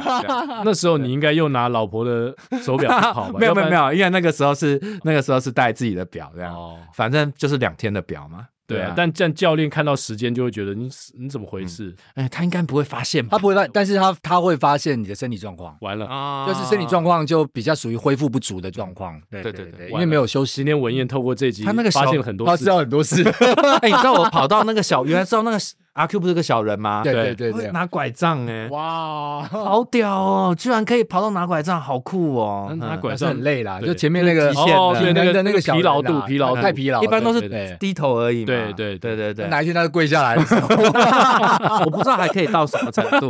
[SPEAKER 4] 表这样。
[SPEAKER 1] 那时候你应该又拿老婆的手表去
[SPEAKER 2] 嗯
[SPEAKER 1] 跑吧？
[SPEAKER 4] 没有没有没
[SPEAKER 1] 要
[SPEAKER 4] 有，因为那个时候是那个时候是带自己的表这
[SPEAKER 1] 不然。
[SPEAKER 4] 样，
[SPEAKER 1] 哦，
[SPEAKER 4] 反正就是两天的表嘛。
[SPEAKER 1] 对啊
[SPEAKER 4] 啊，，
[SPEAKER 1] 但但教练看到时间就会觉得你你怎么回事？
[SPEAKER 4] 哎，他应该不会发现吧
[SPEAKER 2] 他？不会发，但是他他会发现你的身体状况，
[SPEAKER 1] 完了，
[SPEAKER 4] 啊
[SPEAKER 2] 就是身体状况就比较属于恢复不足的状况。对
[SPEAKER 4] 对
[SPEAKER 2] 对
[SPEAKER 4] 对对
[SPEAKER 2] 对，
[SPEAKER 1] 完
[SPEAKER 2] 因
[SPEAKER 1] 了
[SPEAKER 2] 为没有休息
[SPEAKER 1] 今，天文燕透过这集，
[SPEAKER 4] 他那个小哦
[SPEAKER 1] 发现了很多
[SPEAKER 2] 他
[SPEAKER 1] 事
[SPEAKER 2] 知，道很多 事。
[SPEAKER 4] 哎，你知道我跑到那个小，原来知道那个阿 Q 不是个小人吗？
[SPEAKER 2] 对
[SPEAKER 1] 对
[SPEAKER 2] 对对对，
[SPEAKER 4] 拿拐杖哎，
[SPEAKER 2] 哇，
[SPEAKER 4] 好屌哦！居然可以跑到拿拐杖，好酷哦！
[SPEAKER 1] 拿
[SPEAKER 4] 嗯
[SPEAKER 1] 拐
[SPEAKER 2] 还是
[SPEAKER 1] 杖
[SPEAKER 2] 很累啦，
[SPEAKER 1] 对
[SPEAKER 2] 就前面那个
[SPEAKER 4] 极限的
[SPEAKER 1] 哦，对那
[SPEAKER 2] 体能
[SPEAKER 1] 个
[SPEAKER 2] 的那个小
[SPEAKER 1] 疲
[SPEAKER 2] 人啊
[SPEAKER 1] 劳度，疲劳度
[SPEAKER 2] 太疲劳了，
[SPEAKER 4] 一般都
[SPEAKER 1] 对
[SPEAKER 4] 是
[SPEAKER 2] 对
[SPEAKER 4] 低头而已嘛。
[SPEAKER 1] 对对
[SPEAKER 4] 对对对，
[SPEAKER 2] 哪一天他就跪下来的时候，
[SPEAKER 4] 我不知道还可以到什么程度，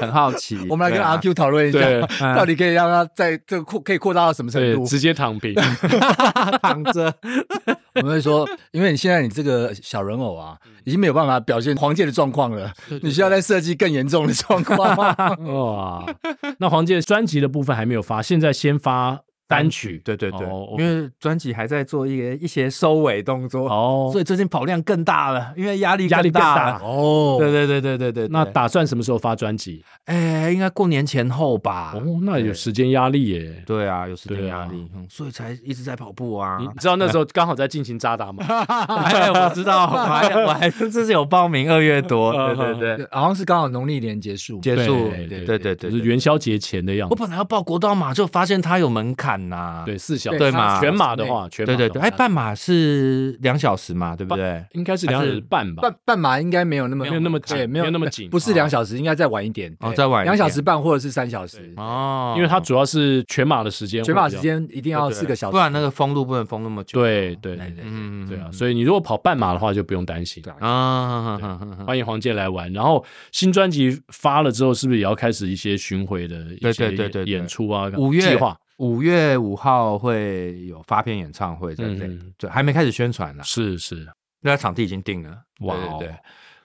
[SPEAKER 4] 很好奇。
[SPEAKER 2] 我们来跟
[SPEAKER 4] 对啊
[SPEAKER 2] 阿 Q 讨论一下
[SPEAKER 1] 对，
[SPEAKER 2] 到底可以让他在这个扩可以扩大到什么程
[SPEAKER 1] 对
[SPEAKER 2] 度，？
[SPEAKER 1] 直接躺 平，
[SPEAKER 4] 躺着，
[SPEAKER 2] 我们会说，因为你现在你这个小人偶啊，已经没有办法表现黄界的状况了，你需要再设计更严重的 状况。
[SPEAKER 1] 哇！那黄健专辑的部分还没有发，现在先发单曲，
[SPEAKER 4] 对对对
[SPEAKER 1] 哦，
[SPEAKER 4] 因为专辑还在做一个一些收尾动作，
[SPEAKER 1] 哦
[SPEAKER 4] 所以最近跑量更大了，因为压力
[SPEAKER 1] 压力
[SPEAKER 4] 更
[SPEAKER 1] 变
[SPEAKER 4] 大
[SPEAKER 1] 大
[SPEAKER 4] 了。
[SPEAKER 2] 哦
[SPEAKER 4] 对对对对对对，对
[SPEAKER 1] 那打算什么时候发专辑？
[SPEAKER 4] 哎，应该过年前后吧。
[SPEAKER 1] 哦，那有时间压力耶。
[SPEAKER 4] 对啊，有时间
[SPEAKER 1] 对啊
[SPEAKER 4] 压力，嗯所以才一直在跑步啊。
[SPEAKER 1] 你知道那时候刚好在进行扎达吗？
[SPEAKER 4] 哎，我 知道，我还我还这是有报名二月多，对对对，
[SPEAKER 2] 好像是刚好农历年结束嘛，
[SPEAKER 4] 结束，
[SPEAKER 1] 对对
[SPEAKER 4] 对对对
[SPEAKER 1] 就
[SPEAKER 4] 对
[SPEAKER 1] 是
[SPEAKER 4] 对。
[SPEAKER 1] 元宵节前的样
[SPEAKER 4] 我
[SPEAKER 1] 子。
[SPEAKER 4] 本来要报国道马，就发现它有门槛呐。
[SPEAKER 1] 对，四小时
[SPEAKER 4] 对嘛
[SPEAKER 1] 全马的话，全马的
[SPEAKER 4] 对对
[SPEAKER 1] 话
[SPEAKER 4] 对，哎，半马是两小时嘛，对不对？
[SPEAKER 1] 应该是两小时半吧
[SPEAKER 2] 半，半马应该没有那么
[SPEAKER 1] 没有那么紧
[SPEAKER 2] 对，没
[SPEAKER 1] 没有
[SPEAKER 2] 有
[SPEAKER 1] 那么紧
[SPEAKER 2] 不是两小时，应该再晚一点，
[SPEAKER 4] 哦
[SPEAKER 2] 对
[SPEAKER 4] 再晚一点
[SPEAKER 2] 两小时半或者是三小时，
[SPEAKER 4] 哦
[SPEAKER 1] 因为它主要是全马的时间，
[SPEAKER 2] 全马时。间一定要四个小时，
[SPEAKER 4] 不然那个封路不能封那么久。啊
[SPEAKER 1] 对对对
[SPEAKER 2] 对对对
[SPEAKER 4] 嗯，嗯
[SPEAKER 1] 对啊，所以你如果跑半马的话，就不用担心。
[SPEAKER 4] 以啊，哈哈哈
[SPEAKER 1] 欢迎黄健来玩。然后新专辑发了之后，是不是也要开始一些巡回的一
[SPEAKER 4] 对
[SPEAKER 1] 些
[SPEAKER 4] 对对对对
[SPEAKER 1] 演出啊？
[SPEAKER 4] 五月
[SPEAKER 1] 计划
[SPEAKER 4] 五月五号会有发片演唱会在这
[SPEAKER 1] 嗯
[SPEAKER 4] 里，对，还没开始宣传呢，
[SPEAKER 1] 是是，
[SPEAKER 4] 那场地已经定了。
[SPEAKER 1] 哇哦
[SPEAKER 4] 对对对，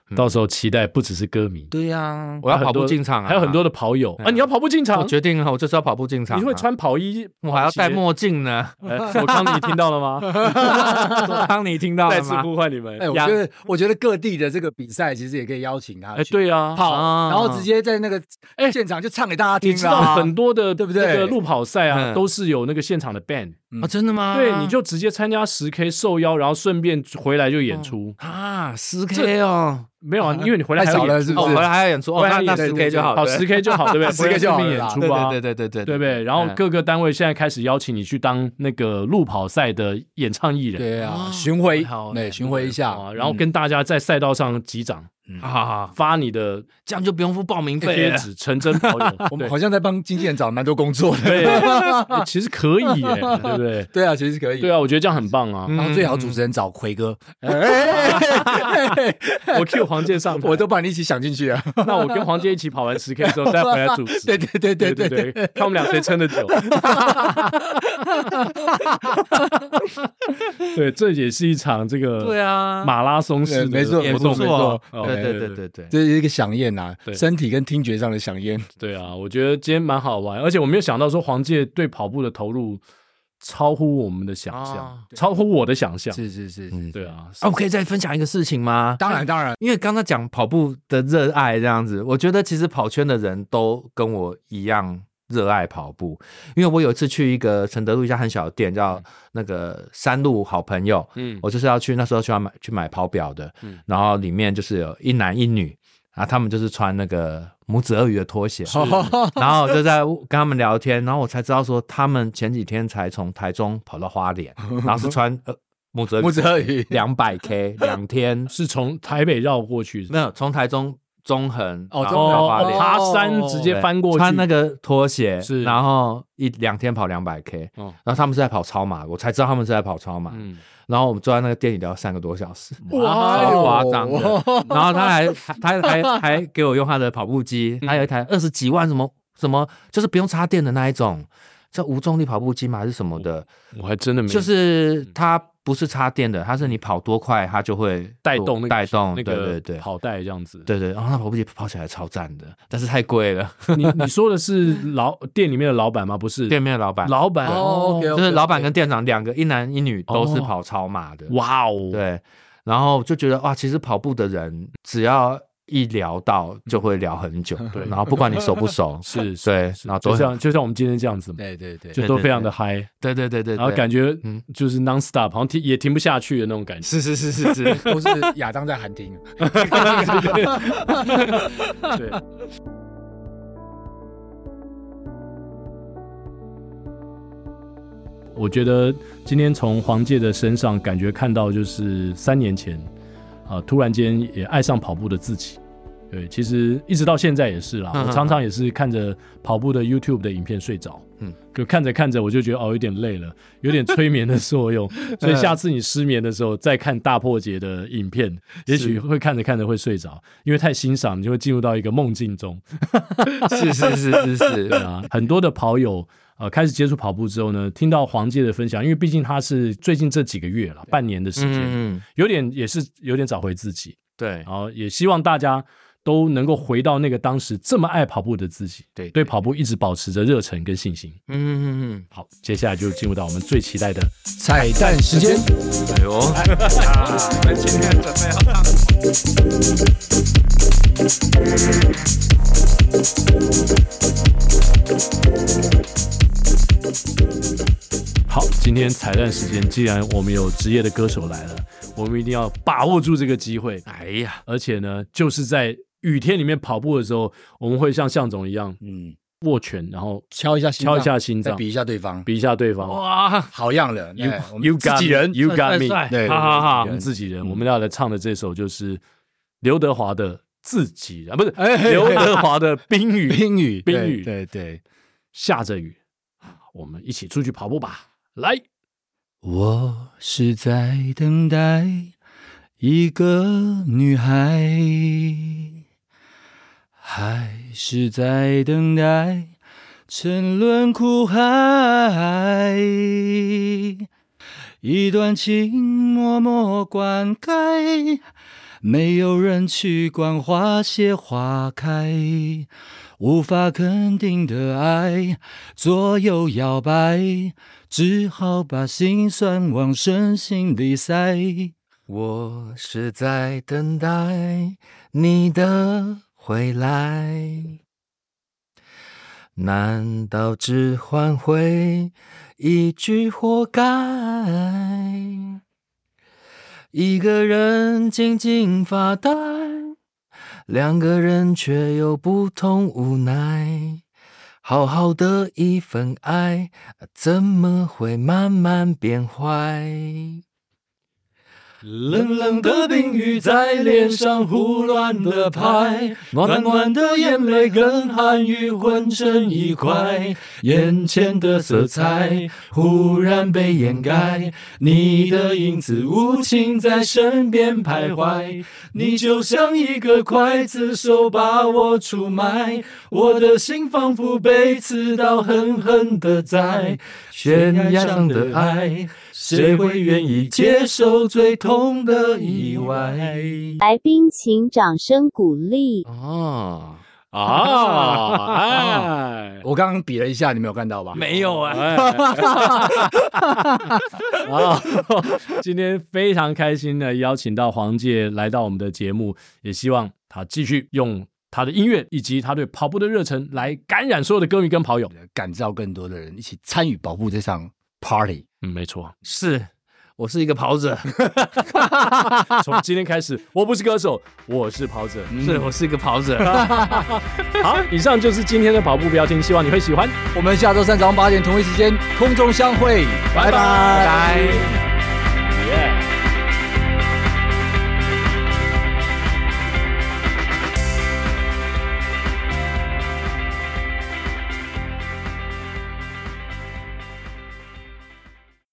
[SPEAKER 4] 嗯
[SPEAKER 1] 到时候期待不只是歌迷，
[SPEAKER 2] 对呀，
[SPEAKER 4] 我要跑步进场啊，
[SPEAKER 1] 还有很多的跑友啊！你要跑步进
[SPEAKER 4] 我
[SPEAKER 1] 场，
[SPEAKER 4] 决定了，我就是要跑步进场啊。
[SPEAKER 1] 你会穿跑 衣，
[SPEAKER 4] 我还要戴
[SPEAKER 1] 跑鞋
[SPEAKER 4] 墨镜呢。
[SPEAKER 1] 哎我刚你听到了吗？
[SPEAKER 4] 当你听到
[SPEAKER 1] 再
[SPEAKER 4] 了
[SPEAKER 1] 次
[SPEAKER 4] 吗？
[SPEAKER 1] 呼唤你们
[SPEAKER 2] 哎，。我觉得我觉得各地的这个比赛其实也可以邀请他
[SPEAKER 1] 哎，
[SPEAKER 2] 去
[SPEAKER 1] 对啊，
[SPEAKER 2] 跑，
[SPEAKER 4] 啊
[SPEAKER 2] 然后直接在那个
[SPEAKER 1] 哎
[SPEAKER 2] 现场就唱给大家
[SPEAKER 1] 你
[SPEAKER 2] 听
[SPEAKER 1] 知道
[SPEAKER 2] 啦，
[SPEAKER 1] 很多的
[SPEAKER 2] 对不对
[SPEAKER 1] 那个路跑赛啊，
[SPEAKER 4] 嗯
[SPEAKER 1] 都是有那个现场的 band，
[SPEAKER 4] 啊，真的吗？
[SPEAKER 1] 对，你就直接参加十 K 受邀，然后顺便回来就演出。
[SPEAKER 4] 啊，十 K 哦，
[SPEAKER 1] 没有啊，因为你回来
[SPEAKER 2] 太
[SPEAKER 1] 还
[SPEAKER 2] 少
[SPEAKER 1] 有
[SPEAKER 2] 了
[SPEAKER 1] 演
[SPEAKER 2] 是
[SPEAKER 1] 出，
[SPEAKER 2] 不
[SPEAKER 4] 哦，
[SPEAKER 2] 是
[SPEAKER 4] 回？来还要演出，哦，
[SPEAKER 1] 回来
[SPEAKER 4] 那那
[SPEAKER 1] 演
[SPEAKER 4] 十 K 就好，
[SPEAKER 1] 好十 K 就好，对不对？
[SPEAKER 2] 10K 就好了
[SPEAKER 1] 顺便
[SPEAKER 2] 啦
[SPEAKER 1] 演出
[SPEAKER 4] 对
[SPEAKER 1] 啊，
[SPEAKER 4] 对对对对
[SPEAKER 1] 对不对？然后各个单位现在开始邀请你去当那个路跑赛的演唱艺人，
[SPEAKER 2] 对啊，
[SPEAKER 4] 哦
[SPEAKER 2] 巡回
[SPEAKER 4] 好，
[SPEAKER 2] 对，巡回一下
[SPEAKER 1] 啊，，然后跟大家在赛道上击掌，
[SPEAKER 4] 好好好，
[SPEAKER 1] 发你的
[SPEAKER 4] 这样就不用付报名费
[SPEAKER 1] 贴
[SPEAKER 4] 了。
[SPEAKER 1] 纸，成真跑友，
[SPEAKER 2] 我
[SPEAKER 1] 对
[SPEAKER 2] 们好像在帮经纪人找蛮多工作的，
[SPEAKER 1] 对，哎其实可以耶，对不对？
[SPEAKER 2] 对啊，其实可以，
[SPEAKER 1] 对啊，我觉得这样很棒啊！
[SPEAKER 2] 然后最好主持人找奎哥，哎
[SPEAKER 1] 我 Q 黄健上台，
[SPEAKER 2] 我都把你一起想进去啊！
[SPEAKER 1] 那我跟黄健一起跑完十 K 之后再回来主持，
[SPEAKER 2] 对对对
[SPEAKER 1] 对
[SPEAKER 2] 对对
[SPEAKER 1] 对
[SPEAKER 2] 对，
[SPEAKER 1] 对，看我们俩谁撑得久。对，这也是一场这个
[SPEAKER 4] 对啊，
[SPEAKER 1] 马拉松式的
[SPEAKER 2] 对没错
[SPEAKER 4] 也
[SPEAKER 1] 活
[SPEAKER 4] 不
[SPEAKER 1] 动，
[SPEAKER 2] 没错
[SPEAKER 4] 错，
[SPEAKER 1] 哦
[SPEAKER 4] 对
[SPEAKER 1] 对
[SPEAKER 4] 对
[SPEAKER 1] 对
[SPEAKER 4] 对对对。
[SPEAKER 2] 这是一个响宴呐
[SPEAKER 1] 对，
[SPEAKER 2] 身体跟听觉上的响宴。
[SPEAKER 1] 对啊，我觉得今天蛮好玩，而且我没有想到说黄介对跑步的投入超乎我们的想象，
[SPEAKER 4] 哦
[SPEAKER 1] 超乎我的想象。
[SPEAKER 2] 是是是，
[SPEAKER 4] 嗯
[SPEAKER 1] 对啊，
[SPEAKER 4] 啊，我可以再分享一个事情吗？
[SPEAKER 2] 当然当然，
[SPEAKER 4] 因为刚才讲跑步的热爱这样子，我觉得其实跑圈的人都跟我一样热爱跑步。因为我有一次去一个承德路一家很小的店，叫那个山路好朋友，
[SPEAKER 1] 嗯，
[SPEAKER 4] 我就是要去那时候去要买去买跑表的，
[SPEAKER 1] 嗯
[SPEAKER 4] 然后里面就是有一男一女，啊，他们就是穿那个拇指鳄鱼的拖鞋， 然后就在跟他们聊天，然后我才知道说他们前几天才从台中跑到花莲，然后是穿呃 拇指鳄鱼
[SPEAKER 2] 木子鳄鱼，
[SPEAKER 4] 两百 K 两天，
[SPEAKER 1] 是从台北绕过去的，
[SPEAKER 4] 没有从台中中横
[SPEAKER 2] 哦
[SPEAKER 4] 然
[SPEAKER 2] 中横
[SPEAKER 4] 后到花
[SPEAKER 2] 哦
[SPEAKER 4] 莲
[SPEAKER 1] 爬山直接翻过去，
[SPEAKER 4] 穿那个拖鞋，
[SPEAKER 1] 是
[SPEAKER 4] 然后一两天跑两百 K，
[SPEAKER 1] 哦
[SPEAKER 4] 然后他们是在跑超马，我才知道他们是在跑超马。
[SPEAKER 1] 嗯，
[SPEAKER 4] 然后我们坐在那个店里聊三个多小时，
[SPEAKER 2] 哇
[SPEAKER 4] 超
[SPEAKER 2] 哦
[SPEAKER 4] 夸张的。
[SPEAKER 1] 哎
[SPEAKER 4] 然后他还他还 还给我用他的跑步机，
[SPEAKER 1] 嗯
[SPEAKER 4] 他有一台二十几万什么什么，就是不用插电的那一种，叫无重力跑步机嘛还是什么的，
[SPEAKER 1] 我还真的没，
[SPEAKER 4] 就是它不是插电的，它是你跑多快它就会
[SPEAKER 1] 带动那个
[SPEAKER 4] 带动，
[SPEAKER 1] 那
[SPEAKER 4] 对
[SPEAKER 1] 个
[SPEAKER 4] 对对。
[SPEAKER 1] 跑带这样子。
[SPEAKER 4] 对对，然后那跑步机跑起来超赞的，但是太贵了。
[SPEAKER 1] 你你说的是老店里面的老板吗？不是，
[SPEAKER 4] 店面的老板
[SPEAKER 1] 老板
[SPEAKER 2] 哦，OK，
[SPEAKER 4] 就是老板跟店长两个，一男一女都是
[SPEAKER 1] 哦
[SPEAKER 4] 跑超马的。
[SPEAKER 1] 哇哦，，
[SPEAKER 4] 对，然后就觉得哇，其实跑步的人只要一聊到就会聊很久，
[SPEAKER 1] 嗯对，
[SPEAKER 4] 然后不管你熟不 熟
[SPEAKER 1] 是是，
[SPEAKER 4] 对，然后都
[SPEAKER 1] 就
[SPEAKER 4] 很
[SPEAKER 1] 像就像我们今天这样子嘛，
[SPEAKER 2] 对对对，
[SPEAKER 1] 就都非常的嗨，
[SPEAKER 4] 对对对对，
[SPEAKER 1] 然后感
[SPEAKER 4] 觉
[SPEAKER 1] 觉
[SPEAKER 4] 嗯
[SPEAKER 1] 就是 non stop，好像停也停不下去的那种感觉。
[SPEAKER 2] 是是是是 是，都是亚当在喊停。
[SPEAKER 1] 对， 我觉得今天从黄介的身上，感觉看到就是三年前啊、突然间也爱上跑步的自己。对，其实一直到现在也是啦，
[SPEAKER 4] 嗯
[SPEAKER 1] 我常常也是看着跑步的 YouTube 的影片睡着。嗯
[SPEAKER 4] 嗯，
[SPEAKER 1] 就看着看着，我就觉得哦，有点累了，有点催眠的作 用。所
[SPEAKER 4] 嗯
[SPEAKER 1] 以下次你失眠的时候，再看大破节的影片，也许会看着看着会睡着，因为太欣赏，你就会进入到一个梦境中。
[SPEAKER 4] 是是是是
[SPEAKER 1] 对
[SPEAKER 4] 是，
[SPEAKER 1] 啊，很多的跑友呃开始接触跑步之后呢，听到黄介的分享，因为毕竟他是最近这几个月了，半年的时间，
[SPEAKER 4] 嗯，
[SPEAKER 1] 有点也是有点找回自己，
[SPEAKER 4] 对
[SPEAKER 1] 然后也希望大家都能够回到那个当时这么爱跑步的自己，
[SPEAKER 4] 对
[SPEAKER 1] 对跑步一直保持着热忱跟信心。
[SPEAKER 4] 嗯嗯嗯，
[SPEAKER 1] 好，接下来就进入到我们最期待的
[SPEAKER 6] 彩蛋时间，
[SPEAKER 4] 哎呦，
[SPEAKER 1] 好，今天彩蛋时间，既然我们有职业的歌手来了，我们一定要把握住这个机会。
[SPEAKER 4] 哎呀，
[SPEAKER 1] 而且呢，就是在雨天里面跑步的时候，我们会像向总一样
[SPEAKER 2] 嗯，
[SPEAKER 1] 握拳，然后
[SPEAKER 2] 敲一下心
[SPEAKER 1] 敲
[SPEAKER 2] 脏，
[SPEAKER 1] 一下心
[SPEAKER 2] 再
[SPEAKER 1] 脏，
[SPEAKER 2] 比一下对方，
[SPEAKER 1] 比一下对方。
[SPEAKER 4] 哇，
[SPEAKER 2] 好样的。
[SPEAKER 1] You
[SPEAKER 2] 哎我们
[SPEAKER 1] you
[SPEAKER 2] 自
[SPEAKER 1] got
[SPEAKER 2] 己人
[SPEAKER 1] me, you got
[SPEAKER 4] 帅
[SPEAKER 1] me。
[SPEAKER 4] 帅
[SPEAKER 2] 对对
[SPEAKER 4] 好好好
[SPEAKER 1] 我们，自己人，我们要来唱的这首就是刘德华的《自己人》，啊不
[SPEAKER 2] 哎
[SPEAKER 1] 是
[SPEAKER 2] 嘿
[SPEAKER 1] 刘德华的《冰雨》。
[SPEAKER 2] 冰雨，
[SPEAKER 1] 冰
[SPEAKER 2] 对
[SPEAKER 1] 雨
[SPEAKER 2] 对对，
[SPEAKER 1] 下着雨，我们一起出去跑步吧！来，
[SPEAKER 2] 我是在等待一个女孩，还是在等待沉沦苦海？一段情默默灌溉，没有人去管花谢花开。无法肯定的爱，左右摇摆，只好把心酸往深心里塞。
[SPEAKER 7] 我是在等待你的回来，难道只换回一句活该？一个人静静发呆，两个人却有不同无奈。好好的一份爱，怎么会慢慢变坏？冷冷的冰雨在脸上胡乱的拍，暖暖的眼泪跟寒雨混成一块，眼前的色彩忽然被掩盖，你的影子无情在身边徘徊，你就像一个刽子手把我出卖，我的心仿佛被刺刀狠狠的宰，悬崖上的爱。谁会愿意接受最痛的意外？
[SPEAKER 8] 来宾请掌声鼓励。
[SPEAKER 4] 哦，
[SPEAKER 1] 啊，哎，
[SPEAKER 2] 我刚刚比了一下，你没有看到吧？
[SPEAKER 4] 没有啊，
[SPEAKER 1] 哎，啊，今天非常开心的邀请到黄介来到我们的节目，也希望他继续用他的音乐以及他对跑步的热忱来感染所有的歌迷跟跑友。
[SPEAKER 2] 呃感召更多的人一起参与保护这场 party。
[SPEAKER 1] 嗯，没错，
[SPEAKER 4] 是我是一个跑者，
[SPEAKER 1] 从今天开始，我不是歌手，我是跑者。
[SPEAKER 4] 是我是一个跑者。
[SPEAKER 1] 好，以上就是今天的跑步标听，希望你会喜欢。
[SPEAKER 6] 我们下周三早上八点同一时间空中相会，拜拜。
[SPEAKER 1] 拜拜